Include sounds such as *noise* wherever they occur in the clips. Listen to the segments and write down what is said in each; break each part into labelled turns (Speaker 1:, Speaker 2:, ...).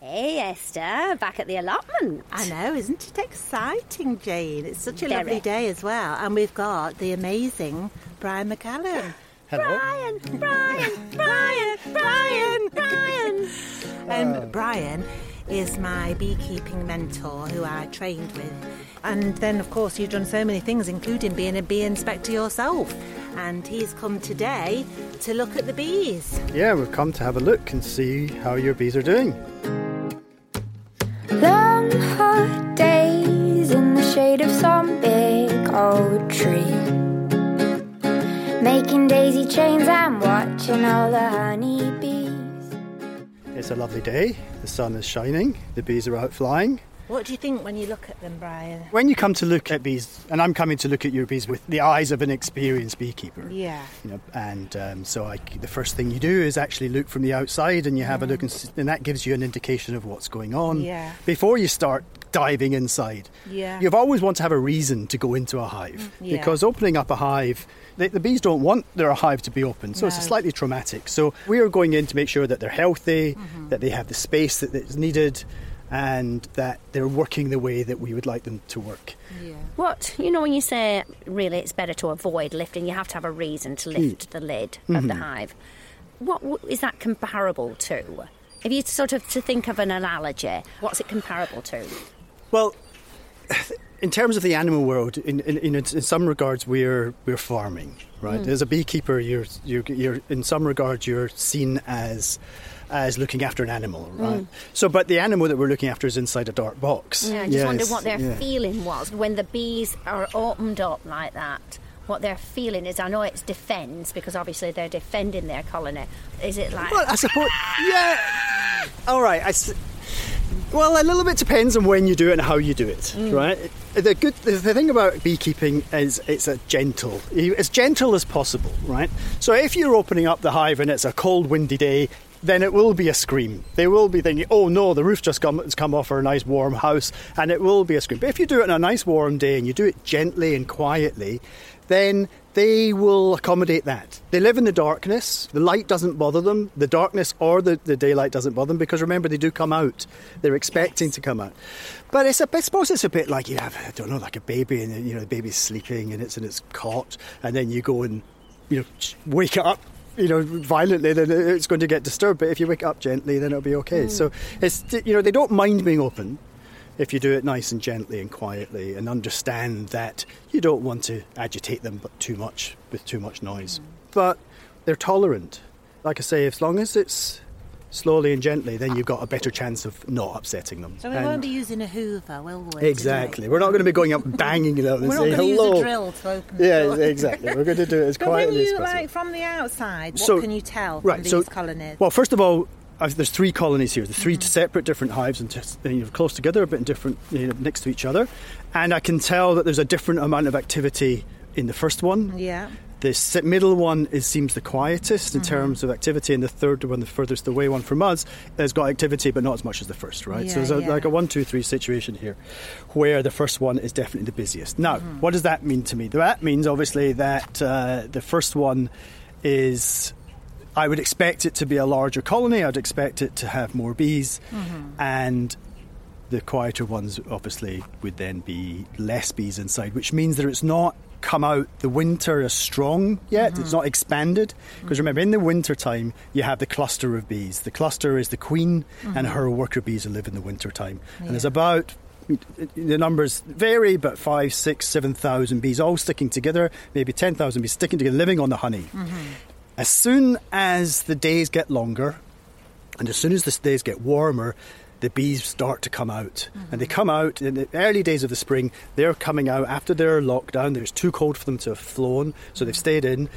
Speaker 1: Hey Esther, back at the allotment.
Speaker 2: I know, isn't it exciting, Jane? It's such a
Speaker 1: Very.
Speaker 2: lovely day as well. And we've got the amazing Brian McCallum.
Speaker 3: *gasps* Hello.
Speaker 1: Brian, Brian, Brian, Brian,
Speaker 3: *laughs*
Speaker 1: Brian.
Speaker 2: Um, Brian is my beekeeping mentor who I trained with. And then, of course, you've done so many things, including being a bee inspector yourself. And he's come today to look at the bees.
Speaker 3: Yeah, we've come to have a look and see how your bees are doing.
Speaker 4: Long hot days in the shade of some big old tree. Making daisy chains and watching all the honeybees.
Speaker 3: It's a lovely day. The sun is shining. The bees are out flying.
Speaker 2: What do you think when you look at them, Brian?
Speaker 3: When you come to look at bees, and I'm coming to look at your bees with the eyes of an experienced beekeeper.
Speaker 2: Yeah.
Speaker 3: You know, and um, so I, the first thing you do is actually look from the outside, and you have a look, and, s- and that gives you an indication of what's going on
Speaker 2: Yeah.
Speaker 3: before you start diving inside.
Speaker 2: Yeah. Mm,
Speaker 3: You've always want to have a reason to go into a hive
Speaker 2: Yeah.
Speaker 3: because opening up a hive, the, the bees don't want their hive to be open, so it's a
Speaker 2: No.
Speaker 3: slightly traumatic. So we are going in to make sure that they're healthy,
Speaker 1: Mm-hmm.
Speaker 3: that they have the space that is needed, and that they're working the way that we would like them to work.
Speaker 1: What you know when you say really it's better to avoid lifting, you have to have a reason to lift the lid of the hive. What w- is that comparable to? If you sort of to think of an analogy, what's it comparable to?
Speaker 3: Well, *sighs* in terms of the animal world, in, in, in, in some regards, we're we're farming, right?
Speaker 1: Hmm.
Speaker 3: As a beekeeper, you're, you're you're in some regards you're seen as as looking after an animal, right? So, but the animal that we're looking after is inside a dark box.
Speaker 1: Hmm. Yeah, I just wonder
Speaker 3: Yes,
Speaker 1: what their
Speaker 3: yeah.
Speaker 1: feeling was when the bees are opened up like that. What their feeling is, I know it's defence because obviously they're defending their colony. Is it like
Speaker 3: Well, I suppose. Yeah. All right. I s- well, a little bit depends on when you do it and how you do it, right? The good the, the thing about beekeeping is it's a gentle, you- as gentle as possible, right? So if you're opening up the hive and it's a cold, windy day. Then it will be a scream. They will be thinking, "Oh no, the roof just come, has come off our nice warm house," and it will be a scream. But if you do it on a nice warm day and you do it gently and quietly, then they will accommodate that. They live in the darkness. The light doesn't bother them. The darkness or the, the daylight doesn't bother them because remember, they do come out. They're expecting to come out. But it's a, I suppose it's a bit like you have, I don't know, like a baby and you know, the baby's sleeping and it's in its cot and then you go and, you know, wake it up. You know, violently, then it's going to get disturbed. But if you wake it up gently, then it'll be okay. So it's you know they don't mind being open if you do it nice and gently and quietly and understand that you don't want to agitate them but too much with too much noise. But they're tolerant. Like I say, as long as it's slowly and gently, then you've got a better chance of not upsetting them.
Speaker 2: So we
Speaker 3: And-
Speaker 2: won't be using a hoover, will we? today?
Speaker 3: exactly. We're not going to be going up banging them and
Speaker 2: We're not
Speaker 3: saying
Speaker 2: going to
Speaker 3: hello.
Speaker 2: use a drill to open the
Speaker 3: Yeah,
Speaker 2: door.
Speaker 3: exactly. We're going to do it
Speaker 2: *laughs*
Speaker 3: as
Speaker 2: But
Speaker 3: quietly
Speaker 2: when you,
Speaker 3: as possible.
Speaker 2: like, from the outside, what can you tell from these colonies? Mm-hmm.
Speaker 3: Well, first of all, I've, there's three colonies here. The 3 separate different hives, and just, you know, close together, but in different you know, next to each other. And I can tell that there's a different amount of activity in the first one.
Speaker 2: yeah. Mm-hmm.
Speaker 3: The se- middle one is seems the quietest in terms of activity, and the third one, the furthest away one from us, has got activity, but not as much as the first, right? so
Speaker 2: Yeah,
Speaker 3: there's a,
Speaker 2: yeah.
Speaker 3: like a one, two, three situation here, where the first one is definitely the busiest. Now,
Speaker 2: Mm-hmm.
Speaker 3: what does that mean to me? That means obviously that uh, the first one is. I would expect it to be a larger colony. I'd expect it to have more bees,
Speaker 2: Mm-hmm.
Speaker 3: and the quieter ones obviously would then be less bees inside, which means that it's not come out the winter as strong yet. It's not expanded because remember, in the winter time you have the cluster of bees. The cluster is the queen and her worker bees who live in the winter time, and there's about the numbers vary, but five, six, seven thousand bees all sticking together, maybe ten thousand bees sticking together, living on the honey. As soon as the days get longer, and as soon as the days get warmer, the bees start to come out. And they come out in the early days of the spring. They're coming out after they're locked down. It's too cold for them to have flown, so they've stayed in.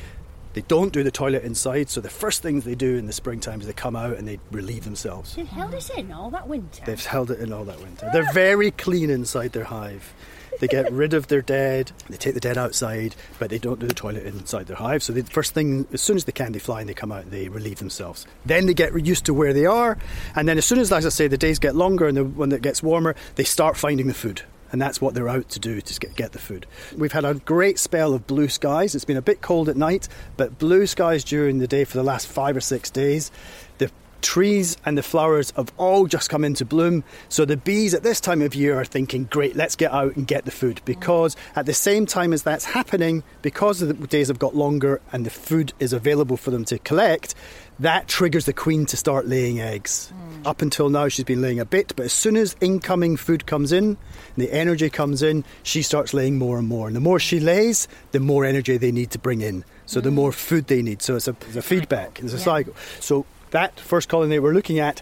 Speaker 3: They don't do the toilet inside, so the first things they do in the springtime is they come out and they relieve themselves.
Speaker 1: They've held us in all that winter.
Speaker 3: They've held it in all that winter. They're very clean inside their hive. They get rid of their dead, they take the dead outside, but they don't do the toilet inside their hive. So the first thing, as soon as they can, they fly and they come out and they relieve themselves. Then they get used to where they are, and then as soon as, as I say, the days get longer and the, when it gets warmer, they start finding the food and that's what they're out to do to get, get the food. We've had a great spell of blue skies. It's been a bit cold at night, but blue skies during the day for the last five or six days. The trees and the flowers have all just come into bloom. So the bees at this time of year are thinking, great, let's get out and get the food. Because at the same time as that's happening, because the days have got longer and the food is available for them to collect, that triggers the queen to start laying eggs. Up until now, she's been laying a bit, but as soon as incoming food comes in, and the energy comes in, she starts laying more and more. And the more she lays, the more energy they need to bring in. So the more food they need. So it's a, it's a feedback, it's a cycle. So that first colony we're looking at,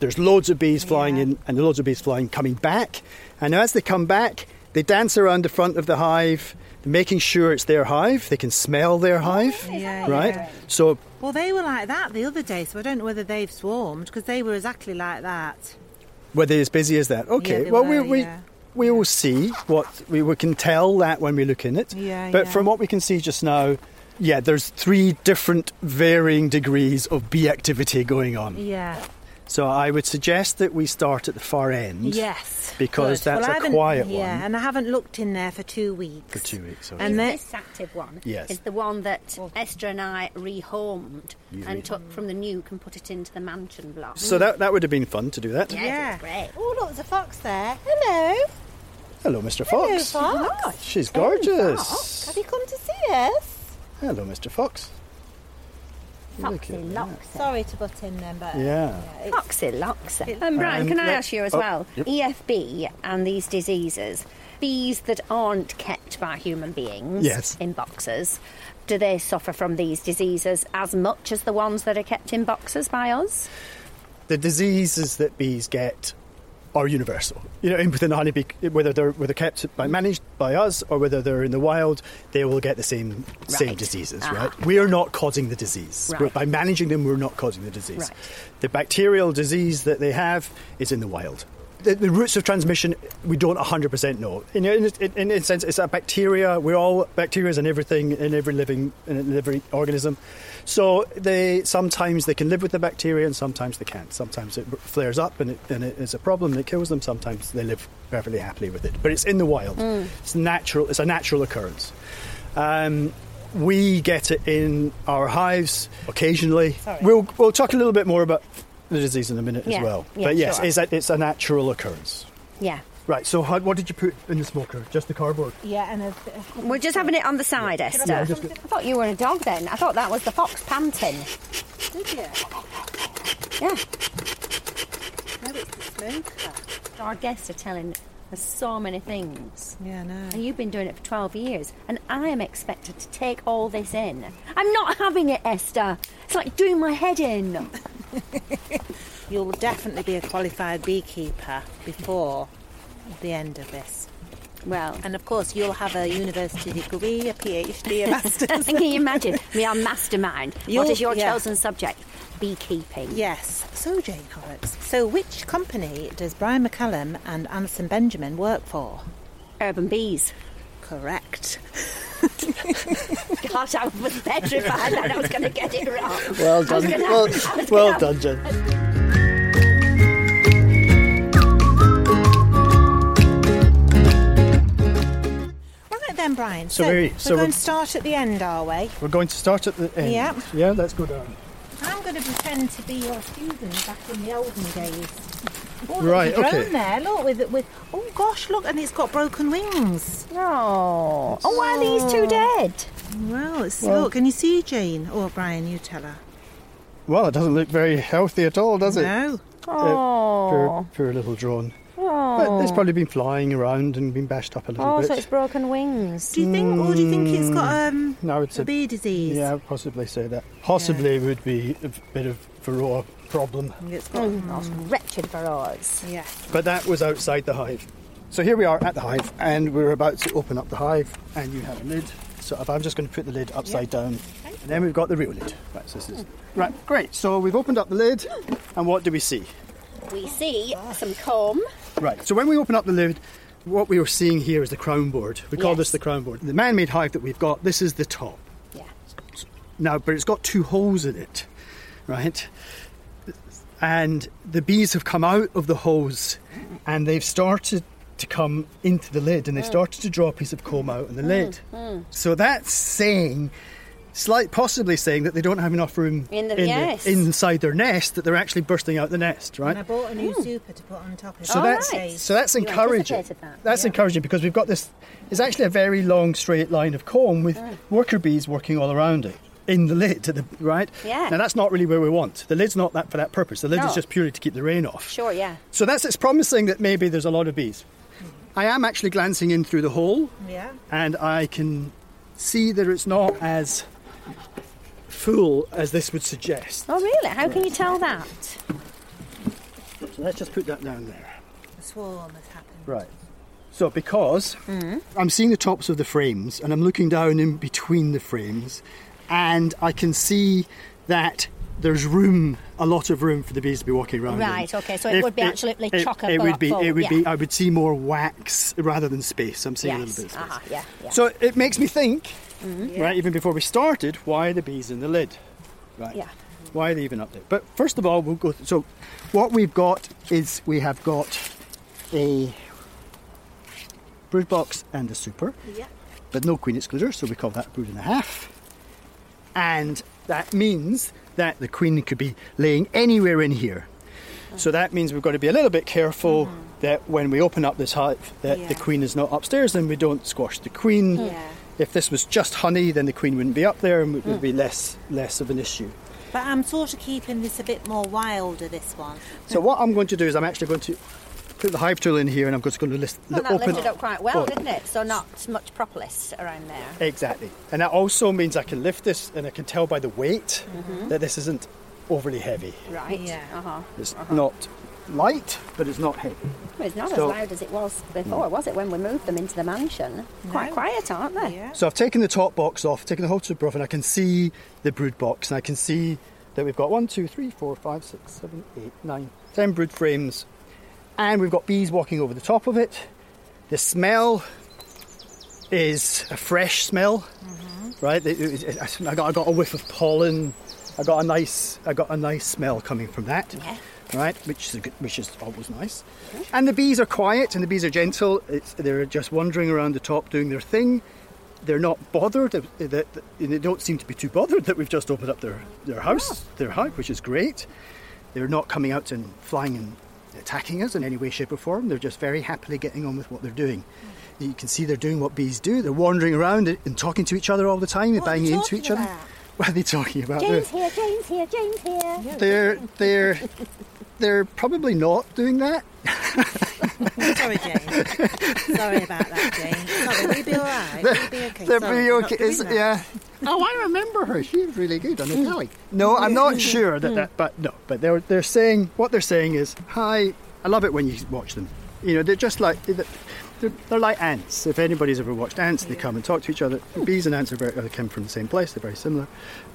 Speaker 3: there's loads of bees flying in and loads of bees flying coming back. And as they come back, they dance around the front of the hive, making sure it's their hive. They can smell their hive,
Speaker 2: Yeah,
Speaker 3: right?
Speaker 2: yeah.
Speaker 3: So
Speaker 2: Well, they were like that the other day, so I don't know whether they've swarmed because they were exactly like that.
Speaker 3: Were they as busy as that? Okay.
Speaker 2: they
Speaker 3: well,
Speaker 2: were,
Speaker 3: we we
Speaker 2: yeah.
Speaker 3: we will see what we, we can tell that when we look in it.
Speaker 2: Yeah,
Speaker 3: but
Speaker 2: yeah.
Speaker 3: from what we can see just now, yeah, there's three different varying degrees of bee activity going on.
Speaker 2: Yeah.
Speaker 3: So I would suggest that we start at the far end.
Speaker 2: Yes.
Speaker 3: Because
Speaker 2: Good.
Speaker 3: that's
Speaker 2: Well, I
Speaker 3: a
Speaker 2: haven't-
Speaker 3: quiet
Speaker 2: Yeah,
Speaker 3: one.
Speaker 2: and I haven't looked in there for two weeks.
Speaker 3: For two weeks. Okay.
Speaker 2: And they-
Speaker 1: this active one
Speaker 3: Yes.
Speaker 1: is the one that Esther and I rehomed and took from the nuke and put it into the mansion block.
Speaker 3: so that that would have been fun to do that.
Speaker 1: yeah,
Speaker 2: Yeah.
Speaker 1: It's great.
Speaker 2: Oh, look, there's a fox there. Hello.
Speaker 3: Hello, Mr. Fox. She's gorgeous.
Speaker 2: you come to see us?
Speaker 3: Hello, Mr. Fox. Look
Speaker 1: Foxy
Speaker 3: at that.
Speaker 1: Loxy.
Speaker 2: Sorry to butt in then, but.
Speaker 3: Yeah.
Speaker 1: Foxy Loxy. Um, Brian,
Speaker 3: Um,
Speaker 1: can I
Speaker 3: let-
Speaker 1: ask you as
Speaker 3: oh,
Speaker 1: well?
Speaker 3: yep.
Speaker 1: EFB and these diseases, bees that aren't kept by human beings
Speaker 3: Yes.
Speaker 1: in boxes, do they suffer from these diseases as much as the ones that are kept in boxes by us?
Speaker 3: the diseases that bees get are universal. You know, *laughs* in- within the honeybee, whether they're whether kept by managed by us or whether they're in the wild, they will get the same same
Speaker 1: Right.
Speaker 3: diseases.
Speaker 1: Ah.
Speaker 3: Right? We are not causing the disease.
Speaker 1: Right.
Speaker 3: We're- By managing them, we're not causing the disease.
Speaker 1: Right.
Speaker 3: The bacterial disease that they have is in the wild. The, the routes of transmission, we don't 100% know. In, in, in, in a sense, it's a bacteria. We're all bacteria and everything in every living in every organism. So they sometimes they can live with the bacteria and sometimes they can't. Sometimes it flares up and it, and it is a problem and it kills them. Sometimes they live perfectly happily with it. But it's in the wild. It's natural. It's a natural occurrence. Um, we get it in our hives occasionally. We'll we'll talk a little bit more about the disease in a minute
Speaker 1: Yeah,
Speaker 3: as well.
Speaker 1: yeah,
Speaker 3: but yes,
Speaker 1: sure.
Speaker 3: it's a, it's a natural occurrence.
Speaker 1: Yeah.
Speaker 3: Right. So how, what did you put in the smoker? Just the cardboard.
Speaker 2: Yeah, and a bit of-
Speaker 1: We're just having it on the side, Esther.
Speaker 3: Yeah,
Speaker 1: I
Speaker 3: just get-
Speaker 1: thought you were a dog then. I thought that was the fox panting.
Speaker 2: Did you?
Speaker 1: Yeah.
Speaker 2: No, it's the smoker.
Speaker 1: Our guests are telling us so many things.
Speaker 2: Yeah, no.
Speaker 1: And you've been doing it for 12 years, and I am expected to take all this in. I'm not having it, Esther. It's like doing my head in.
Speaker 2: You'll definitely be a qualified beekeeper before the end of this.
Speaker 1: Well,
Speaker 2: And of course, you'll have a university degree, a PhD, a
Speaker 1: and *laughs*
Speaker 2: master's.
Speaker 1: can you imagine me on Mastermind?
Speaker 2: You'll-
Speaker 1: what is your
Speaker 2: yeah.
Speaker 1: chosen subject? Beekeeping.
Speaker 2: yes. So, Jane Horrocks, so which company does Brian McCallum and Anson Benjamin work for?
Speaker 1: Urban bees.
Speaker 2: Correct.
Speaker 1: God, I was petrified that I was going to get it wrong. *laughs*
Speaker 3: Well
Speaker 1: I was
Speaker 3: done.
Speaker 1: gonna-
Speaker 3: well,
Speaker 1: I was gonna-
Speaker 3: well done, Jen.
Speaker 2: Right then, Brian.
Speaker 3: So
Speaker 2: So,
Speaker 3: very-
Speaker 2: we're
Speaker 3: so
Speaker 2: going
Speaker 3: we're-
Speaker 2: to start at the end, are we?
Speaker 3: We're going to start at the end.
Speaker 2: Yeah.
Speaker 3: Yeah. Let's go down.
Speaker 2: I'm going to pretend to be your student back in the olden days. Oh, look,
Speaker 3: Right,
Speaker 2: there's a drone
Speaker 3: okay.
Speaker 2: there, look, with, with, oh gosh, look, and it's got broken wings.
Speaker 1: Oh. Oh, why are these two dead?
Speaker 2: Well, it's, look, can you see Jane? Or Brian, you tell her.
Speaker 3: Well, it doesn't look very healthy at all, does it?
Speaker 2: No.
Speaker 3: Uh, poor, poor little drone. But it's probably been flying around and been bashed up a little
Speaker 1: Oh,
Speaker 3: bit.
Speaker 1: so it's broken wings.
Speaker 2: Do you think, or do you think it's got um,
Speaker 3: No, it's
Speaker 2: a
Speaker 3: a-
Speaker 2: bee disease?
Speaker 3: yeah, I'd possibly say that. Possibly would be a bit of varroa problem.
Speaker 2: It's got,
Speaker 1: Mm, that's wretched for us.
Speaker 2: yeah.
Speaker 3: But that was outside the hive. So here we are at the hive, and we're about to open up the hive, and you have a lid. So if I'm just going to put the lid upside down,
Speaker 2: Thank
Speaker 3: And then we've got the real lid. Right, so this is, right, great. So we've opened up the lid, and what do we see?
Speaker 1: We see some comb.
Speaker 3: Right. So when we open up the lid, what we are seeing here is the crown board. We call this
Speaker 1: Yes.
Speaker 3: the crown board. The man-made hive that we've got. This is the top.
Speaker 1: Yeah.
Speaker 3: Now, but it's got two holes in it, right? And the bees have come out of the holes, and they've started to come into the lid, and they've
Speaker 1: Mm.
Speaker 3: started to draw a piece of comb out in the lid. So that's saying. Slight, possibly saying that they don't have enough room
Speaker 1: In the- yes.
Speaker 3: inside their nest that they're actually bursting out the nest, right?
Speaker 2: And I bought a new
Speaker 1: Oh.
Speaker 2: super to put on top of
Speaker 3: So
Speaker 2: it. Oh,
Speaker 3: that's
Speaker 1: right.
Speaker 3: so that's
Speaker 1: You
Speaker 3: encouraging.
Speaker 1: anticipated that,
Speaker 3: That's
Speaker 1: yeah.
Speaker 3: encouraging because we've got this. It's actually a very long straight line of comb with
Speaker 1: Mm.
Speaker 3: worker bees working all around it in the lid, to the, right?
Speaker 1: Yeah.
Speaker 3: Now that's not really where we want. The lid's not that for that purpose. The lid is
Speaker 1: No.
Speaker 3: just purely to keep the rain off.
Speaker 1: Sure, yeah.
Speaker 3: So that's it's promising that maybe there's a lot of bees. I am actually glancing in through the hole,
Speaker 2: Yeah.
Speaker 3: and I can see that it's not as full as this would suggest.
Speaker 1: Oh, really? How can you tell that?
Speaker 3: So let's just put that down there.
Speaker 2: A swarm has happened.
Speaker 3: Right. So because
Speaker 1: Mm-hmm.
Speaker 3: I'm seeing the tops of the frames and I'm looking down in between the frames and I can see that there's room, a lot of room for the bees to be walking around. in.
Speaker 1: Right, okay, so it would be absolutely
Speaker 3: it,
Speaker 1: chock-a-block
Speaker 3: It would be.
Speaker 1: full,
Speaker 3: It would be.
Speaker 1: yeah.
Speaker 3: I would see more wax rather than space. I'm seeing a little bit of space.
Speaker 1: Uh-huh, yeah, yeah. Mm-hmm.
Speaker 3: So it makes me think, right? Even before we started, why are the bees in the lid? Right.
Speaker 1: Yeah.
Speaker 3: Why are they even up there? But first of all, we'll go. Th- so, what we've got is we have got a brood box and a super,
Speaker 2: Yeah.
Speaker 3: but no queen excluder, so we call that brood and a half. And that means that the queen could be laying anywhere in here. So that means we've got to be a little bit careful
Speaker 1: Mm-hmm.
Speaker 3: that when we open up this hive, that the
Speaker 2: Yeah.
Speaker 3: queen is not upstairs, then we don't squash the queen.
Speaker 2: Yeah.
Speaker 3: If this was just honey, then the queen wouldn't be up there, and it would
Speaker 1: Mm.
Speaker 3: be less less of an issue.
Speaker 2: But I'm sort of keeping this a bit more wilder, this one.
Speaker 3: So what I'm going to do is I'm actually going to put the hive tool in here, and I'm just going to list
Speaker 1: Well, that
Speaker 3: open
Speaker 1: lifted up quite well,
Speaker 3: Oh,
Speaker 1: didn't it? So not much propolis around there.
Speaker 3: Exactly, and that also means I can lift this, and I can tell by the weight that this isn't overly heavy.
Speaker 1: Right.
Speaker 2: Yeah.
Speaker 1: Uh-huh.
Speaker 3: It's not light, but it's not heavy.
Speaker 1: Well, it's not
Speaker 3: So-
Speaker 1: as loud as it was before, was it, when we moved them into the mansion? Quite
Speaker 2: No.
Speaker 1: quiet, aren't they?
Speaker 2: Yeah.
Speaker 3: So I've taken the top box off, taken the whole super off, and I can see the brood box, and I can see that we've got one, two, three, four, five, six, seven, eight, nine, ten brood frames, and we've got bees walking over the top of it. The smell is a fresh smell, right? It- it- it- I got, I got a whiff of pollen. I got a nice, I got a nice smell coming from that,
Speaker 1: Yeah.
Speaker 3: right? Which is a good, which is always nice. And the bees are quiet and the bees are gentle. It's, they're just wandering around the top doing their thing. They're not bothered. They, they, they don't seem to be too bothered that we've just opened up their their house, their hive, which is great. They're not coming out and flying and attacking us in any way, shape, or form. They're just very happily getting on with what they're doing. You can see they're doing what bees do. They're wandering around and- and talking to each other all the time. They're
Speaker 2: What are
Speaker 3: banging
Speaker 2: they
Speaker 3: into
Speaker 2: talking
Speaker 3: each other.
Speaker 2: about?
Speaker 3: *laughs* What are they talking about?
Speaker 1: Jane's here, Jane's here, Jane's here.
Speaker 3: They're they're they're probably not doing that.
Speaker 2: *laughs* Sorry, Jane. Sorry about that, Jane. Sorry, we'll be all right. We'll be
Speaker 3: *laughs*
Speaker 2: okay.
Speaker 3: They're
Speaker 2: Sorry,
Speaker 3: pretty
Speaker 2: we're not
Speaker 3: okay.
Speaker 2: doing
Speaker 3: Is,
Speaker 2: that.
Speaker 3: yeah. *laughs* Oh, I remember her. She was really good on the telly. No, I'm not sure
Speaker 2: Hmm.
Speaker 3: that that. But no, but they're they're saying what they're saying is hi. I love it when you watch them. You know, they're just like they're, they're like ants. If anybody's ever watched ants, they come and talk to each other. Bees and ants are very, they come from the same place. They're very similar,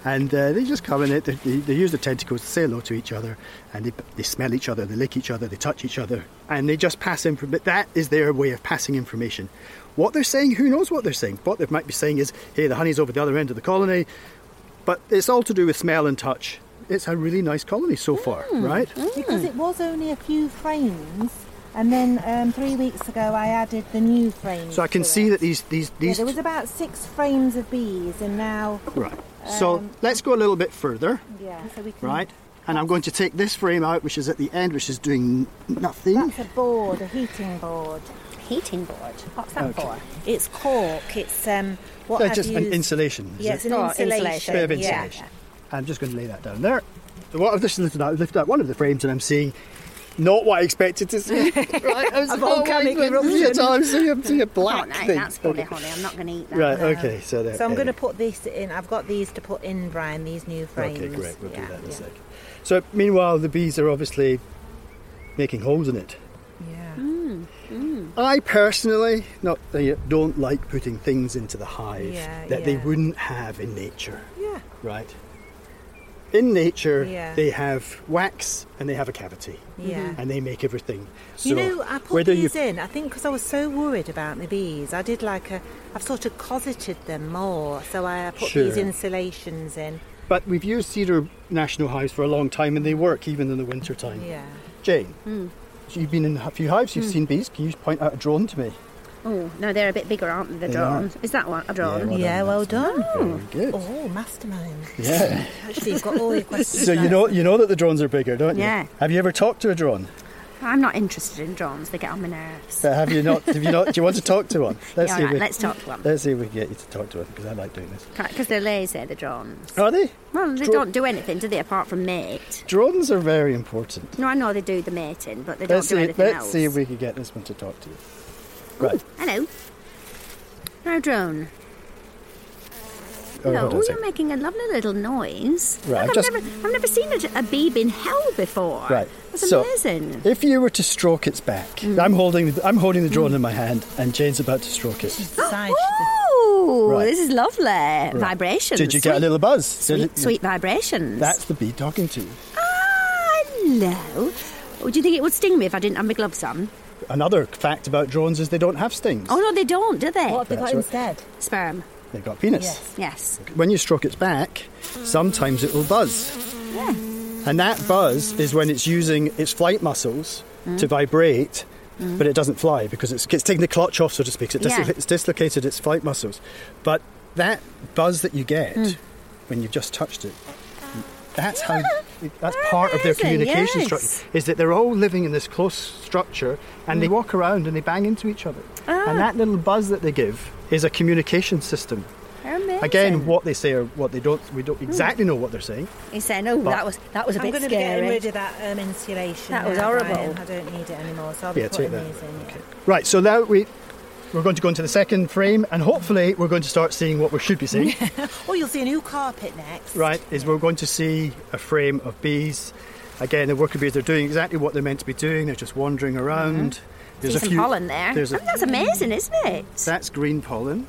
Speaker 3: and uh, they just come and they, they, they use their tentacles to say hello to each other, and they, they smell each other, they lick each other, they touch each other, and they just pass information. That is their way of passing information. What they're saying, who knows what they're saying? What they might be saying is, hey, the honey's over the other end of the colony, but it's all to do with smell and touch. It's a really nice colony so far,
Speaker 2: Hmm.
Speaker 3: right?
Speaker 2: Because it was only a few frames, and then um, three weeks ago I added the new frames.
Speaker 3: So I can
Speaker 2: to
Speaker 3: see
Speaker 2: it.
Speaker 3: that these these
Speaker 2: Yeah,
Speaker 3: these
Speaker 2: there was about six frames of bees, and now
Speaker 3: right. So
Speaker 2: um,
Speaker 3: let's go a little bit further,
Speaker 2: yeah, so we can.
Speaker 3: right? And I'm going to take this frame out, which is at the end, which is doing nothing.
Speaker 2: That's a board, a heating board.
Speaker 1: Heating board. What's that
Speaker 3: Okay.
Speaker 1: for?
Speaker 2: It's cork. It's um, what
Speaker 3: That's
Speaker 2: I've
Speaker 3: just an
Speaker 2: used-
Speaker 3: insulation. is
Speaker 2: Yeah,
Speaker 3: it?
Speaker 2: it's an
Speaker 1: Oh,
Speaker 2: insulation.
Speaker 1: insulation.
Speaker 3: Bit of
Speaker 2: yeah.
Speaker 3: insulation. I'm just going to lay that down there. So what I've just lifted out, I've lifted out one of the frames, and I'm seeing not what I expected
Speaker 2: *laughs*
Speaker 3: to see. right, I was
Speaker 2: A volcanic
Speaker 3: oh, wait, wait,
Speaker 2: eruption.
Speaker 3: yeah, I'm seeing a, seeing a black
Speaker 1: Oh, no,
Speaker 3: thing.
Speaker 1: that's probably
Speaker 3: Okay.
Speaker 1: honey. I'm not going to eat that.
Speaker 3: Right. Okay. So there.
Speaker 2: So I'm
Speaker 3: there
Speaker 2: going to
Speaker 3: we
Speaker 2: put this in. I've got these to put in, Brian. These new
Speaker 3: go.
Speaker 2: frames.
Speaker 3: Okay. Great. We'll do
Speaker 2: Yeah,
Speaker 3: that in a
Speaker 2: yeah.
Speaker 3: second. So meanwhile, the bees are obviously making holes in it.
Speaker 2: Yeah.
Speaker 1: Mm.
Speaker 3: I personally not don't like putting things into the hive
Speaker 2: Yeah,
Speaker 3: that they
Speaker 2: yeah.
Speaker 3: wouldn't have in nature.
Speaker 2: Yeah.
Speaker 3: right? In nature,
Speaker 2: Yeah.
Speaker 3: they have wax and they have a cavity,
Speaker 2: Yeah.
Speaker 1: Mm-hmm.
Speaker 3: and they make everything. So
Speaker 2: you know, I put
Speaker 3: whether
Speaker 2: these
Speaker 3: you,
Speaker 2: in, I think, because I was so worried about my bees. I did like a, I've sort of closeted them more. So I put these
Speaker 3: Sure.
Speaker 2: insulations in.
Speaker 3: but we've used cedar national hives for a long time, and they work even in the winter time.
Speaker 2: Yeah.
Speaker 3: Jane,
Speaker 1: Mm.
Speaker 3: so you've been in a few hives, you've seen bees. Can you point out a drone to me?
Speaker 1: Oh, no, they're a bit bigger, aren't they, the
Speaker 3: They are.
Speaker 1: drone? Is that one, a drone?
Speaker 3: well
Speaker 2: yeah,
Speaker 3: done,
Speaker 2: well done.
Speaker 3: Very good.
Speaker 2: Oh, mastermind.
Speaker 1: *laughs*
Speaker 3: Yeah.
Speaker 2: Actually, you've got all your questions.
Speaker 3: So you
Speaker 2: *gasps* right.
Speaker 3: know you know that the drones are bigger, don't you?
Speaker 1: Yeah.
Speaker 3: Have you ever talked to a drone?
Speaker 1: I'm not interested in drones, they get on my nerves.
Speaker 3: Uh, have you not? Have you not? Do you want to talk to one?
Speaker 1: *laughs*
Speaker 3: Let's
Speaker 1: Yeah, all
Speaker 3: see. if we, Uh,
Speaker 1: right, let's talk to one.
Speaker 3: let's see if we can get you to talk to one because I like doing this.
Speaker 1: Because they're lazy, the drones.
Speaker 3: Are they?
Speaker 1: Well, they
Speaker 3: Dro-
Speaker 1: don't do anything, do they, apart from mate?
Speaker 3: Drones are very important.
Speaker 1: No, I know they do the mating, but they don't
Speaker 3: Let's
Speaker 1: do
Speaker 3: see.
Speaker 1: anything
Speaker 3: Let's
Speaker 1: else.
Speaker 3: see if we can get this one to talk to you. Right.
Speaker 1: Hello. Now, drone.
Speaker 3: Oh,
Speaker 1: Hello.
Speaker 3: hold on a
Speaker 1: you're
Speaker 3: second.
Speaker 1: making a lovely little noise.
Speaker 3: Right,
Speaker 1: Look,
Speaker 3: I've
Speaker 1: I've,
Speaker 3: just-
Speaker 1: never, I've never seen a, a bee in hell before.
Speaker 3: Right.
Speaker 1: That's
Speaker 3: so,
Speaker 1: amazing. Mm.
Speaker 3: if you were to stroke its back, I'm holding the, I'm holding the drone in my hand, and Jane's about to stroke it.
Speaker 2: Side-
Speaker 1: Oh,
Speaker 3: Right.
Speaker 1: this is lovely. Vibrations.
Speaker 3: Did you get a
Speaker 1: Sweet-
Speaker 3: little buzz? Did
Speaker 1: Sweet,
Speaker 3: it-
Speaker 1: sweet vibrations.
Speaker 3: That's the bee talking to you.
Speaker 1: Ah, hello. Oh, do you think it would sting me if I didn't have my gloves on?
Speaker 3: Another fact about drones is they don't have stings.
Speaker 1: Oh, no, they don't, do they?
Speaker 2: What have they got
Speaker 3: That's right.
Speaker 2: instead?
Speaker 1: Sperm.
Speaker 3: They've got a penis.
Speaker 2: Yes.
Speaker 1: Yes. Mm.
Speaker 3: When you stroke its back, sometimes it will buzz.
Speaker 1: Yeah.
Speaker 3: And that buzz is when it's using its flight muscles
Speaker 1: Mm.
Speaker 3: to vibrate, but it doesn't fly because it's, it's taking the clutch off, so to speak. So it dis-
Speaker 1: Yeah.
Speaker 3: It's dislocated its flight muscles. But that buzz that you get
Speaker 1: Mm.
Speaker 3: when you've just touched it, that's
Speaker 1: *laughs*
Speaker 3: how. That's part of their
Speaker 1: Amazing,
Speaker 3: communication
Speaker 1: yes.
Speaker 3: structure. Is that they're all living in this close structure, and
Speaker 1: Mm.
Speaker 3: they walk around and they bang into each other. And
Speaker 1: Ah.
Speaker 3: that little buzz that they give is a communication system.
Speaker 1: Amazing. Mm.
Speaker 3: Again, what they say or what they don't, we don't exactly know what they're saying.
Speaker 1: He's saying, oh,
Speaker 3: But-
Speaker 1: that was, that was a
Speaker 2: I'm
Speaker 1: bit
Speaker 2: going to be
Speaker 1: scary.
Speaker 2: getting rid of that um, insulation.
Speaker 1: That was
Speaker 2: now,
Speaker 1: horrible.
Speaker 2: Brian. I don't need it anymore, so I'll be
Speaker 3: Yeah, take
Speaker 2: putting
Speaker 3: that.
Speaker 2: these in. yeah.
Speaker 3: Right, so now we, we're going to go into the second frame, and hopefully we're going to start seeing what we should
Speaker 1: *laughs*
Speaker 3: be seeing.
Speaker 2: Oh, you'll see a new carpet next.
Speaker 3: right, is we're going to see a frame of bees. Again, the worker bees, they're doing exactly what they're meant to be doing. They're just wandering around. There's
Speaker 1: See Mm-hmm. some pollen there.
Speaker 3: There's
Speaker 1: I
Speaker 3: a,
Speaker 1: mean, that's amazing, isn't it?
Speaker 3: that's green pollen.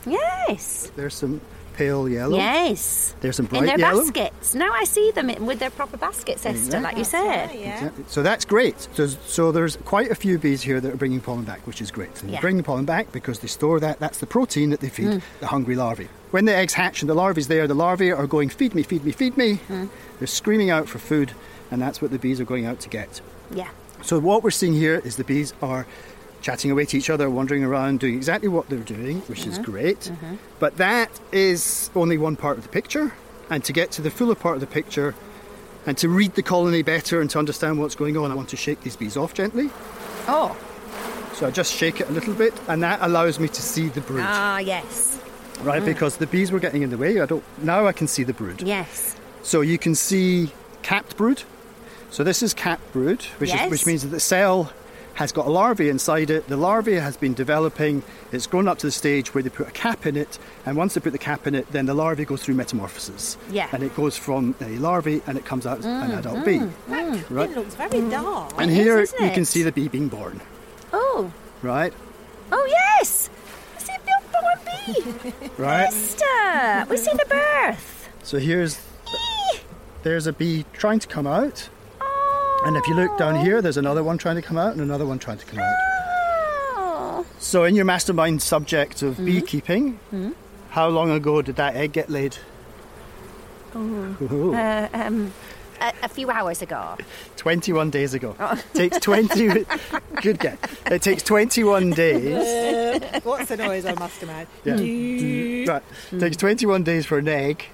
Speaker 1: yes.
Speaker 3: There's some pale yellow.
Speaker 1: Yes.
Speaker 3: There's some
Speaker 1: In
Speaker 3: bright
Speaker 1: their
Speaker 3: yellow.
Speaker 1: baskets. Now I see them in- with their proper baskets, Esther, like you
Speaker 2: That's
Speaker 1: said.
Speaker 2: right, yeah.
Speaker 3: Exactly. So that's great. So, so there's quite a few bees here that are bringing pollen back, which is great. And they
Speaker 1: Yeah.
Speaker 3: bring the pollen back because they store that. That's the protein that they feed the hungry larvae. When the eggs hatch and the larvae's there, the larvae are going, feed me, feed me, feed me. They're screaming out for food, and that's what the bees are going out to get.
Speaker 1: Yeah.
Speaker 3: So what we're seeing here is the bees are chatting away to each other, wandering around, doing exactly what they're doing, which is great. But that is only one part of the picture. And to get to the fuller part of the picture and to read the colony better and to understand what's going on, I want to shake these bees off gently.
Speaker 1: Oh.
Speaker 3: So I just shake it a little bit, and that allows me to see the brood,
Speaker 1: Ah, yes.
Speaker 3: right? Because the bees were getting in the way. I don't. Now I can see the brood.
Speaker 1: Yes.
Speaker 3: So you can see capped brood. So this is capped brood, which, is,
Speaker 1: Yes.
Speaker 3: which means that the cell has got a larvae inside it. The larvae has been developing. It's grown up to the stage where they put a cap in it, and once they put the cap in it, then the larvae goes through metamorphosis.
Speaker 1: Yeah.
Speaker 3: And it goes from a larvae and it comes out as an adult
Speaker 1: Mm,
Speaker 3: bee.
Speaker 2: That
Speaker 3: Right.
Speaker 2: It looks very dark. *laughs*
Speaker 3: And
Speaker 1: It is,
Speaker 3: here
Speaker 1: isn't
Speaker 3: you can
Speaker 1: it?
Speaker 3: see the bee being born,
Speaker 1: Oh.
Speaker 3: right?
Speaker 1: Oh, yes. I see a big
Speaker 3: *laughs*
Speaker 1: blue bee.
Speaker 3: Right.
Speaker 1: Esther, we see the birth.
Speaker 3: So here's there's a bee trying to come out,
Speaker 1: Oh.
Speaker 3: and if you look down here, there's another one trying to come out and another one trying to come out.
Speaker 1: Oh.
Speaker 3: So, in your mastermind subject
Speaker 1: Mm-hmm.
Speaker 3: of beekeeping, how long ago did that egg get laid? Ooh,
Speaker 1: Uh, um, a, a few hours ago.
Speaker 3: 21 days ago.
Speaker 1: oh. *laughs*
Speaker 3: Takes 20. good guess. It takes 21 days.
Speaker 1: Uh,
Speaker 2: What's the noise on Mastermind?
Speaker 3: Yeah. Mm. Right. Takes
Speaker 1: Mm.
Speaker 3: 21 days for an egg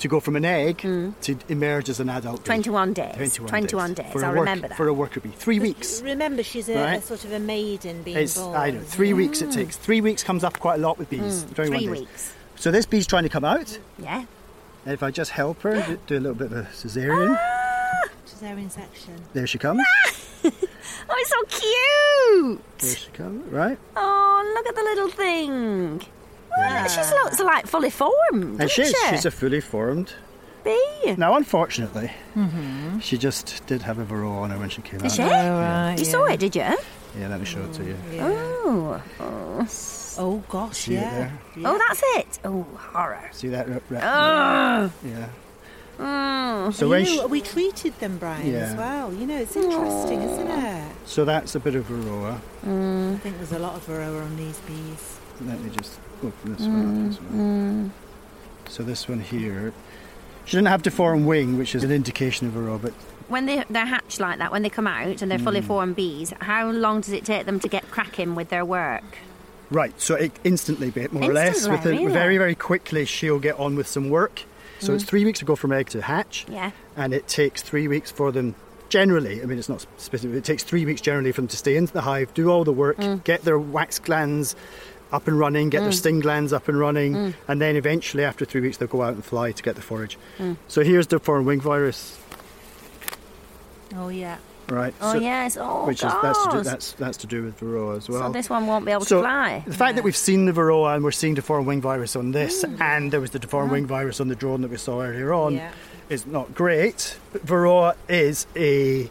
Speaker 3: to go from an egg to emerge as an adult. bee.
Speaker 1: 21 Mm. days.
Speaker 3: 21,
Speaker 1: 21 days.
Speaker 3: For a
Speaker 1: I
Speaker 3: work-
Speaker 1: remember that.
Speaker 3: For a worker bee. Three weeks.
Speaker 2: Remember, she's a,
Speaker 3: Right.
Speaker 2: a sort of a maiden being
Speaker 3: It's,
Speaker 2: born.
Speaker 3: I know, three weeks it takes. Three weeks comes up quite a lot with bees.
Speaker 1: Mm.
Speaker 3: 21
Speaker 1: Three
Speaker 3: days.
Speaker 1: weeks.
Speaker 3: So, this bee's trying to come out.
Speaker 1: Yeah.
Speaker 3: If I just help her, do- do a little bit of a cesarean.
Speaker 2: She's there in section.
Speaker 3: There she comes.
Speaker 1: Oh, it's so cute.
Speaker 3: There she comes. Right.
Speaker 1: Oh, look at the little thing. Well, she looks like fully formed.
Speaker 3: And
Speaker 1: doesn't
Speaker 3: she's
Speaker 1: she?
Speaker 3: she's a fully formed.
Speaker 1: bee.
Speaker 3: Now, unfortunately, she just did have a varroa on her when she came
Speaker 1: Is she?
Speaker 3: out.
Speaker 1: you saw it, did you?
Speaker 3: Oh, Yeah, let me show it to you.
Speaker 1: Oh. Oh.
Speaker 2: Oh gosh,
Speaker 3: See it
Speaker 2: yeah.
Speaker 3: there? Oh,
Speaker 1: Oh, that's it. Oh, horror.
Speaker 3: See that? Re- re-
Speaker 1: Oh.
Speaker 3: Yeah. So
Speaker 2: you
Speaker 3: when
Speaker 2: know,
Speaker 3: sh-
Speaker 2: we treated them, Brian, as
Speaker 3: Yeah. Mm.
Speaker 2: well. You know, it's interesting, isn't it?
Speaker 3: so that's a bit of Varroa.
Speaker 1: Mm.
Speaker 2: I think there's a lot of varroa on these bees.
Speaker 3: Let me just open this one up as well. So this one here, she didn't have deformed wing, which is an indication of Varroa, but
Speaker 1: When they, they're hatched like that, when they come out and they're fully
Speaker 3: Hmm.
Speaker 1: formed bees, how long does it take them to get cracking with their work?
Speaker 3: Right, so it instantly, ba- more or less,
Speaker 1: Instantly,
Speaker 3: within,
Speaker 1: really? Mm.
Speaker 3: very, very quickly, she'll get on with some work. So it's three weeks to go from egg to hatch,
Speaker 1: Yeah.
Speaker 3: and it takes three weeks for them generally. I mean, it's not specific. It takes three weeks generally for them to stay in the hive, do all the work,
Speaker 1: Mm.
Speaker 3: get their wax glands up and running, get their sting glands up and running,
Speaker 1: Mm.
Speaker 3: and then eventually, after three weeks, they'll go out and fly to get the forage.
Speaker 1: Mm.
Speaker 3: So here's the foreign wing virus,
Speaker 2: Oh, yeah.
Speaker 3: right?
Speaker 1: Oh,
Speaker 3: so-
Speaker 1: yes. Oh,
Speaker 3: Which is that's to do,
Speaker 1: gosh.
Speaker 3: that's that's to do with varroa as well.
Speaker 1: So this one won't be able
Speaker 3: So
Speaker 1: to fly.
Speaker 3: The fact that we've seen the varroa and we're seeing deformed wing virus on this, and there was the deformed wing virus on the drone that we saw earlier on,
Speaker 2: Yeah.
Speaker 3: is not great. But varroa is a,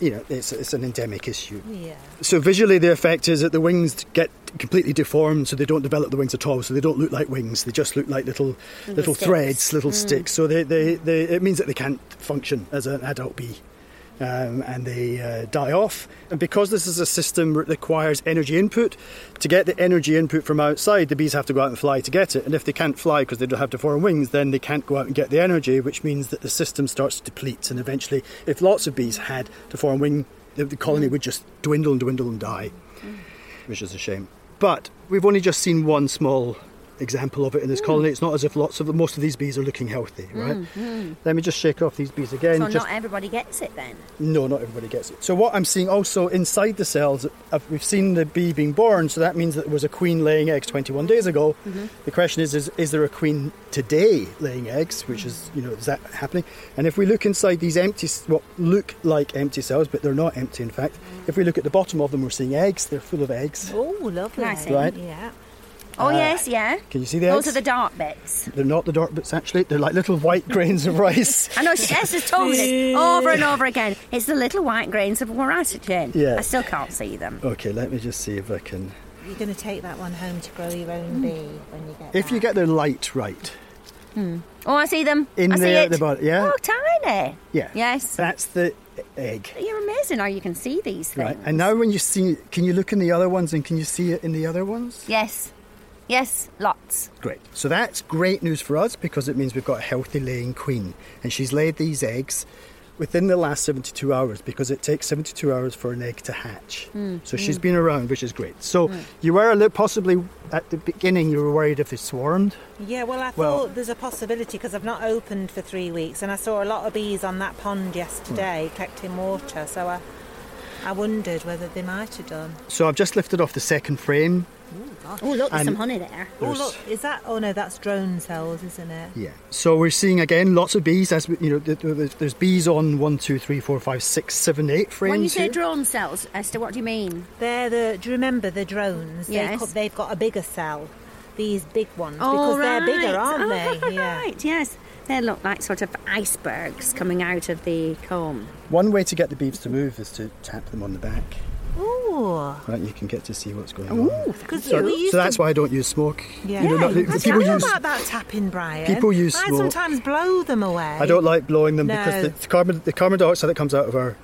Speaker 3: you know, it's, it's an endemic issue.
Speaker 2: Yeah.
Speaker 3: So visually, the effect is that the wings get completely deformed, so they don't develop the wings at all. So they don't look like wings; they just look like little, little
Speaker 1: sticks.
Speaker 3: threads, little sticks. So they, they, they, it means that they can't function as an adult bee, um, and they uh, die off. And because this is a system that requires energy input, to get the energy input from outside, the bees have to go out and fly to get it. And if they can't fly because they don't have deformed wings, then they can't go out and get the energy, which means that the system starts to deplete. And eventually, if lots of bees had deformed wing the, the colony would just dwindle and dwindle and die, which is a shame. But we've only just seen one small example of it in
Speaker 1: Hmm.
Speaker 3: this colony. It's not as if lots of the, most of these bees are looking healthy, right? Let me just shake off these bees again.
Speaker 1: hmm. so
Speaker 3: just-
Speaker 1: not everybody gets it then.
Speaker 3: no, not everybody gets it. So what I'm seeing also inside the cells, uh, we've seen the bee being born, so that means that there was a queen laying eggs 21 days ago. The question is, is, is there a queen today laying eggs? Which is, you know, is that happening? And if we look inside these empty, s- what look like empty cells, but they're not empty in fact. If we look at the bottom of them, we're seeing eggs. They're full of eggs.
Speaker 2: Oh, lovely.
Speaker 1: Nice, eh?
Speaker 3: Right.
Speaker 2: Yeah.
Speaker 1: Oh, yes, yeah.
Speaker 3: Uh, Can you see the
Speaker 1: Those
Speaker 3: eggs?
Speaker 1: are the dark bits.
Speaker 3: They're not the dark bits actually. They're like little white *laughs* grains of rice.
Speaker 1: I know she has told me this over and over again. It's the little white grains of morazogen.
Speaker 3: Yeah.
Speaker 1: I still can't see them.
Speaker 3: Okay, let me just see if I can.
Speaker 2: You're going to take that one home to grow your own
Speaker 1: Mm.
Speaker 2: bee when you get
Speaker 3: If you
Speaker 2: back.
Speaker 3: get the light right,
Speaker 1: Oh, I see them.
Speaker 3: In
Speaker 1: I see
Speaker 3: there at
Speaker 1: it.
Speaker 3: the bottom, yeah?
Speaker 1: Oh, tiny.
Speaker 3: yeah,
Speaker 1: Yes.
Speaker 3: that's the egg.
Speaker 1: You're amazing how you can see these things.
Speaker 3: Right, and now when you see, can you look in the other ones and can you see it in the other ones?
Speaker 1: Yes. Yes, lots.
Speaker 3: Great. So that's great news for us because it means we've got a healthy laying queen and she's laid these eggs within the last 72 hours because it takes 72 hours for an egg to hatch. So she's been around, which is great. So you were a little, possibly at the beginning, you were worried if they swarmed.
Speaker 2: Yeah, well, I
Speaker 3: Well-
Speaker 2: thought there's a possibility because I've not opened for three weeks, and I saw a lot of bees on that pond yesterday,
Speaker 3: Hmm.
Speaker 2: kept in water. So I, I wondered whether they might have done.
Speaker 3: So I've just lifted off the second frame.
Speaker 1: Oh, look, there's
Speaker 3: And-
Speaker 1: some honey there.
Speaker 2: Oh
Speaker 3: There's-
Speaker 2: look, is that? Oh no, that's drone cells, isn't it?
Speaker 3: Yeah. So we're seeing again lots of bees. As we, you know, th- th- there's- there's bees on one, two, three, four, five, six, seven, eight frames.
Speaker 1: When you say
Speaker 3: here.
Speaker 1: drone cells, Esther, what do you mean?
Speaker 2: They're the. Do you remember the drones?
Speaker 1: Yes.
Speaker 2: They've, they've got a bigger cell. These big ones
Speaker 1: Oh,
Speaker 2: because they're bigger,
Speaker 1: right.
Speaker 2: aren't
Speaker 1: Oh,
Speaker 2: they? Yeah.
Speaker 1: Right, yes. They look like sort of icebergs coming out of the comb.
Speaker 3: One way to get the bees to move is to tap them on the back.
Speaker 2: Ooh.
Speaker 3: Right, you can get to see what's going on.
Speaker 2: Because
Speaker 3: So,
Speaker 2: we used
Speaker 3: so that's
Speaker 2: to.
Speaker 3: why I don't use smoke.
Speaker 2: Yeah.
Speaker 3: You know, not-
Speaker 1: you
Speaker 3: the
Speaker 2: I
Speaker 3: people
Speaker 2: don't know
Speaker 3: use-
Speaker 2: about that tapping, Brian.
Speaker 3: people use
Speaker 2: I
Speaker 3: smoke.
Speaker 2: sometimes blow them away.
Speaker 3: I don't like blowing them because
Speaker 2: No. Mm.
Speaker 3: the, the carbon the carbon dioxide that comes out of our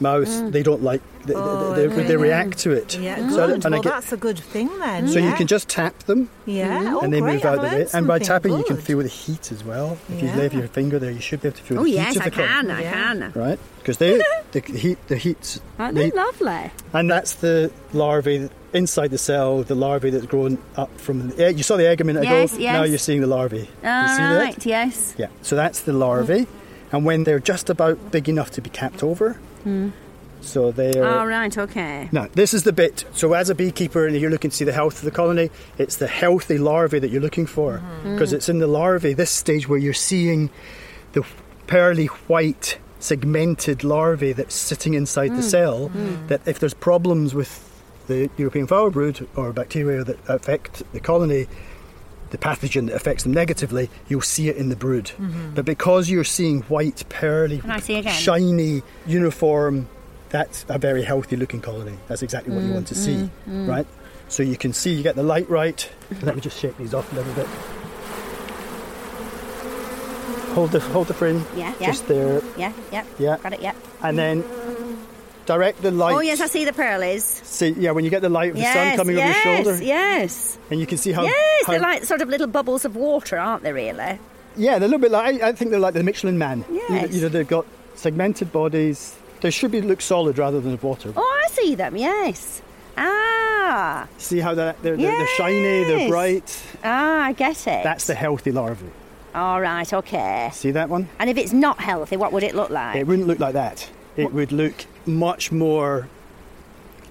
Speaker 3: mouth, they don't like. They, they, they, they react to it.
Speaker 2: Oh, Yeah,
Speaker 3: So, I
Speaker 2: good.
Speaker 3: don't- and I
Speaker 2: well,
Speaker 3: get-
Speaker 2: that's a good thing then.
Speaker 3: so you
Speaker 2: yeah.
Speaker 3: can just tap them. Mm-hmm.
Speaker 2: Yeah, oh,
Speaker 3: and they
Speaker 2: great,
Speaker 3: move out
Speaker 2: I've
Speaker 3: of the way.
Speaker 2: learned
Speaker 3: And by
Speaker 2: something
Speaker 3: tapping, you can
Speaker 2: good.
Speaker 3: feel the heat as well. If
Speaker 2: Yeah.
Speaker 3: you leave your finger there, you should be able to feel
Speaker 1: Oh,
Speaker 3: the heat
Speaker 1: yes,
Speaker 3: of
Speaker 1: I
Speaker 3: the carbon.
Speaker 1: can, I
Speaker 2: Yeah.
Speaker 1: can.
Speaker 3: Right, because they
Speaker 2: *laughs*
Speaker 3: the heat the heat.
Speaker 1: Aren't they
Speaker 3: the-
Speaker 1: lovely?
Speaker 3: And that's the larvae inside the cell, the larvae that's grown up from the egg. You saw the egg a minute
Speaker 1: Yes,
Speaker 3: ago.
Speaker 1: yes.
Speaker 3: Now you're seeing the larvae. you
Speaker 1: All
Speaker 3: see
Speaker 1: right,
Speaker 3: that?
Speaker 1: yes.
Speaker 3: Yeah. So that's the larvae. And when they're just about big enough to be capped over, so they're.
Speaker 1: Hmm. All Oh, right, okay.
Speaker 3: Now, this is the bit. So, as a beekeeper and you're looking to see the health of the colony, it's the healthy larvae that you're looking for. Because it's in the larvae, this stage, where you're seeing the pearly white segmented larvae that's sitting inside the cell, that if there's problems with the European fowl brood or bacteria that affect the colony, the pathogen that affects them negatively, you'll see it in the brood. But because you're seeing white, pearly,
Speaker 1: Mm-hmm. I see again?
Speaker 3: shiny, uniform, that's a very healthy looking colony. That's exactly what you
Speaker 1: Mm,
Speaker 3: want to see, right? So you can see, you get the
Speaker 1: *laughs*
Speaker 3: light right. Let me just shake these off a little bit. Hold the hold the frame.
Speaker 1: Yeah, yeah.
Speaker 3: Just there,
Speaker 1: Yeah, yeah.
Speaker 3: Yeah.
Speaker 1: Got it, yeah.
Speaker 3: and then direct the light.
Speaker 1: Oh, yes, I see the pearlies.
Speaker 3: See, yeah, when you get the light of the
Speaker 1: yes,
Speaker 3: sun coming
Speaker 1: yes,
Speaker 3: over your shoulder,
Speaker 1: Yes,
Speaker 3: and you can see how.
Speaker 1: yes.
Speaker 3: how-
Speaker 1: They're like sort of little bubbles of water, aren't they, really?
Speaker 3: Yeah, they're a little bit like. I I think they're like the Michelin Man. You know-
Speaker 1: Yes.
Speaker 3: You know, they've got segmented bodies. They should be look solid rather than water.
Speaker 1: Oh, I see them, yes. Ah,
Speaker 3: See how they're they're, they're, they're shiny, they're
Speaker 1: Yes.
Speaker 3: bright.
Speaker 1: ah, I get it.
Speaker 3: That's the healthy larvae.
Speaker 1: All right, okay.
Speaker 3: See that one?
Speaker 1: And if it's not healthy, what would it look like?
Speaker 3: It wouldn't look like that. It would look much more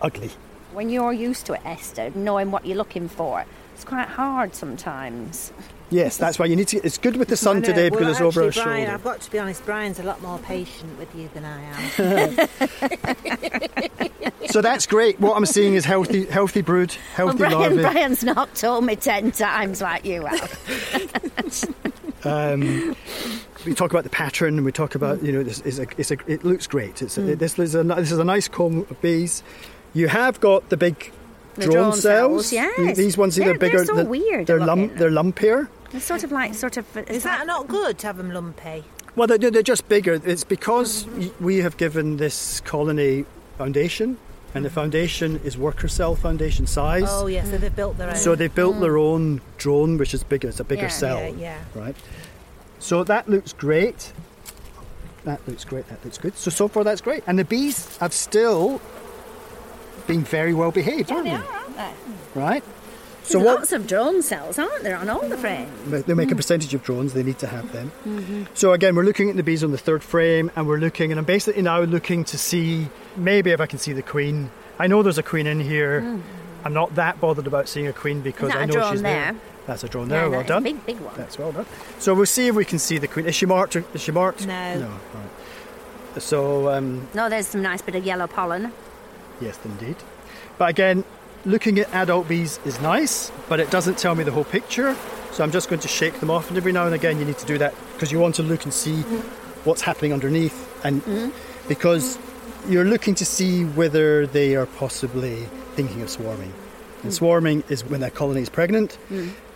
Speaker 3: ugly.
Speaker 1: When you're used to it, Esther, knowing what you're looking for, it's quite hard sometimes.
Speaker 3: Yes, that's why you need to. It's good with the sun
Speaker 2: I know.
Speaker 3: today
Speaker 2: Well,
Speaker 3: because it's over our
Speaker 2: actually, Brian,
Speaker 3: shoulder.
Speaker 2: I've got to be honest, Brian's a lot more patient with you than I am.
Speaker 3: *laughs* So that's great. What I'm seeing is healthy, healthy brood,
Speaker 1: Well,
Speaker 3: healthy
Speaker 1: Brian,
Speaker 3: larvae.
Speaker 1: Brian's not told me ten times like you *laughs* have.
Speaker 3: We talk about the pattern. We talk about you know this is a, it's a it looks great. It's
Speaker 1: Hmm.
Speaker 3: a, this is a ni- this is a nice comb of bees. You have got the big
Speaker 1: The
Speaker 3: drawn,
Speaker 1: drawn cells,
Speaker 3: cells.
Speaker 1: yes.
Speaker 3: Th- These ones see they're
Speaker 1: They're- they're
Speaker 3: bigger.
Speaker 1: so
Speaker 3: they're-
Speaker 1: weird
Speaker 3: They're
Speaker 1: looking.
Speaker 3: lump. They're lumpier.
Speaker 1: It's sort of like, sort of.
Speaker 2: Is that not good to have them lumpy?
Speaker 3: Well, they're, they're just bigger. It's because y- we have given this colony foundation, and the
Speaker 1: Mm-hmm.
Speaker 3: foundation is worker cell foundation size.
Speaker 2: Oh, yeah, so they've built their own.
Speaker 3: So they built their own drone, which is bigger. It's a bigger
Speaker 1: Mm. Yeah.
Speaker 3: cell,
Speaker 2: Yeah, yeah.
Speaker 3: right? So that looks great. That looks great. That looks good. So so far that's great. And the bees have still been very well behaved,
Speaker 1: Yeah,
Speaker 3: aren't
Speaker 1: Oh, they are, aren't they?
Speaker 3: Right. So
Speaker 1: So
Speaker 3: what?
Speaker 1: lots of drone cells, aren't there, on all the frames?
Speaker 3: They
Speaker 1: Mm.
Speaker 3: make a percentage of drones. They need to have them.
Speaker 1: Mm-hmm.
Speaker 3: So again, we're looking at the bees on the third frame, and we're looking, and I'm basically now looking to see maybe if I can see the queen. I know there's a queen in here. I'm not that bothered about seeing a queen because
Speaker 1: Mm. that
Speaker 3: I
Speaker 1: a
Speaker 3: know
Speaker 1: drone
Speaker 3: she's
Speaker 1: there?
Speaker 3: That's a drone
Speaker 1: Yeah,
Speaker 3: there. well
Speaker 1: that's a
Speaker 3: done.
Speaker 1: big, big one.
Speaker 3: That's well done. So we'll see if we can see the queen. Is she marked? or- Is she marked?
Speaker 2: No.
Speaker 3: No. Right. So um,
Speaker 1: No, there's some nice bit of yellow pollen.
Speaker 3: yes, indeed. But again, looking at adult bees is nice, but it doesn't tell me the whole picture. So I'm just going to shake them off, and every now and again you need to do that because you want to look and see what's happening underneath, and because you're looking to see whether they are possibly thinking of swarming. And swarming is when a colony is pregnant,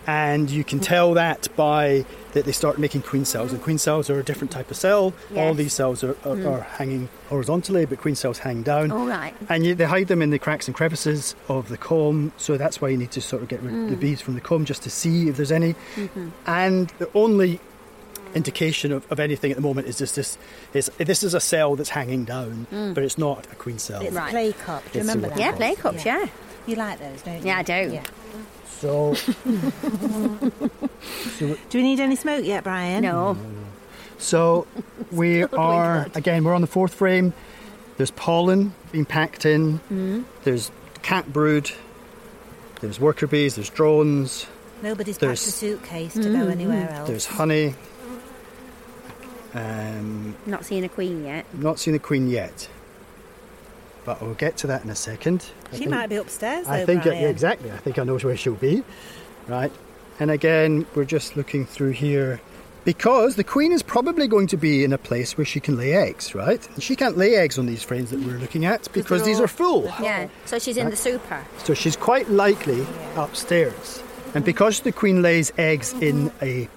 Speaker 3: and you can tell that by that they start making queen cells. And queen cells are a different type of cell. All
Speaker 1: Yes.
Speaker 3: these cells are, are, are hanging horizontally, but queen cells hang down.
Speaker 1: All right.
Speaker 3: And you, they hide them in the cracks and crevices of the comb, so that's why you need to sort of get rid of the bees from the comb just to see if there's any. And the only indication of, of anything at the moment is just this is this is a cell that's hanging down, but it's not a queen cell.
Speaker 2: It's
Speaker 1: Right.
Speaker 2: play cup. Do you
Speaker 3: It's
Speaker 2: remember
Speaker 3: a
Speaker 2: that?
Speaker 1: Yeah, play cups, yeah.
Speaker 2: You like those, don't you?
Speaker 1: Yeah, I do.
Speaker 3: *laughs* So
Speaker 2: Do we need any smoke yet, Brian?
Speaker 1: No.
Speaker 3: so we are again we're on the fourth frame. There's pollen being packed in. There's cat brood. There's worker bees. There's drones.
Speaker 2: Nobody's
Speaker 3: There's-
Speaker 2: packed a suitcase to go anywhere else.
Speaker 3: There's honey. Um,
Speaker 1: Not seeing a queen yet.
Speaker 3: Not seen the Queen yet, but we'll get to that in a second. I
Speaker 2: she
Speaker 3: think-
Speaker 2: might be upstairs, though,
Speaker 3: I think
Speaker 2: Brian.
Speaker 3: yeah, exactly. I think I know where she'll be, right? And again, we're just looking through here because the Queen is probably going to be in a place where she can lay eggs, right? And she can't lay eggs on these frames that we're looking at because these are full.
Speaker 1: Yeah. So she's in the super.
Speaker 3: So she's quite likely upstairs. And because the queen lays eggs in
Speaker 2: Mm-hmm.
Speaker 3: a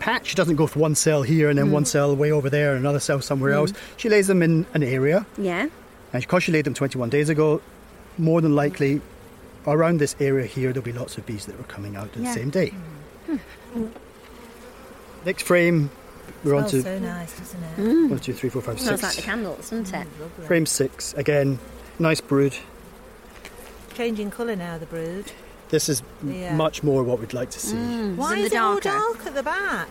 Speaker 3: patch, she doesn't go for one cell here and then
Speaker 2: Mm.
Speaker 3: one cell way over there and another cell somewhere
Speaker 2: Mm-hmm.
Speaker 3: else. She lays them in an area.
Speaker 1: Yeah.
Speaker 3: And because she laid them 21 days ago, more than likely around this area here, there'll be lots of bees that are coming out on
Speaker 1: Yeah.
Speaker 3: the same day. Next frame, we're on
Speaker 2: Hmm. Smells
Speaker 3: to
Speaker 2: so nice, doesn't it? Hmm.
Speaker 3: one, two, three, four, five,
Speaker 1: Smells
Speaker 3: six. Mm-hmm.
Speaker 1: like the candles, doesn't it?
Speaker 3: Frame six, again, nice brood.
Speaker 2: Changing colour now, the brood.
Speaker 3: This is m-
Speaker 2: Yeah. Hmm.
Speaker 3: much more what we'd like to see.
Speaker 2: Why
Speaker 1: in the
Speaker 2: is it all
Speaker 1: darker.
Speaker 2: dark at the back?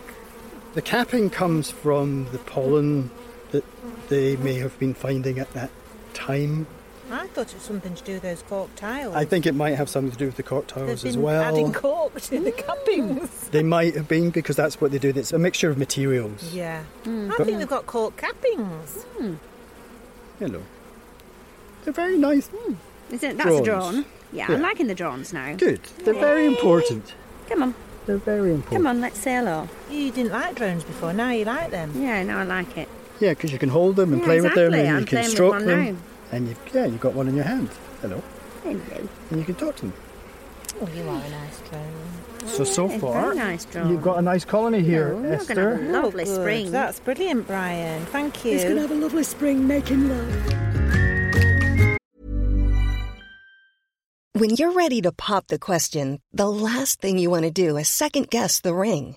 Speaker 3: The capping comes from the pollen that they may have been finding at that time.
Speaker 2: I thought it was something to do with those cork tiles.
Speaker 3: I think it might have something to do with the cork
Speaker 2: They've
Speaker 3: tiles
Speaker 2: been
Speaker 3: as well.
Speaker 2: adding cork to the cappings.
Speaker 3: They might have been because that's what they do. It's a mixture of materials.
Speaker 2: Yeah. I think they've got cork cappings.
Speaker 3: Hello. They're very nice.
Speaker 1: Hmm. Is it? That's a
Speaker 3: Drones.
Speaker 1: drone. Yeah,
Speaker 3: Yeah.
Speaker 1: I'm liking the drones now.
Speaker 3: Good. They're very important.
Speaker 1: Come on,
Speaker 3: They're very important.
Speaker 1: come on, let's say hello.
Speaker 2: You didn't like drones before, now you like them.
Speaker 1: Yeah, no, I like it.
Speaker 3: Yeah, because you can hold them and
Speaker 1: Yeah,
Speaker 3: play with them,
Speaker 1: exactly.
Speaker 3: and
Speaker 1: I'm
Speaker 3: you can
Speaker 1: playing with
Speaker 3: stroke
Speaker 1: one
Speaker 3: them,
Speaker 1: now.
Speaker 3: and you yeah, you've got one in your hand. Hello,
Speaker 1: Hello.
Speaker 3: and you can talk to them.
Speaker 2: Oh, you are a nice drone.
Speaker 3: So so
Speaker 1: Oh, It's
Speaker 3: far,
Speaker 1: very nice drone.
Speaker 3: you've got a nice colony here,
Speaker 1: No, you're gonna
Speaker 3: Esther.
Speaker 1: have a lovely
Speaker 2: Oh, Good.
Speaker 1: spring.
Speaker 2: That's brilliant, Brian. Thank you.
Speaker 5: He's going to have a lovely spring making love.
Speaker 6: When you're ready to pop the question, the last thing you want to do is second guess the ring.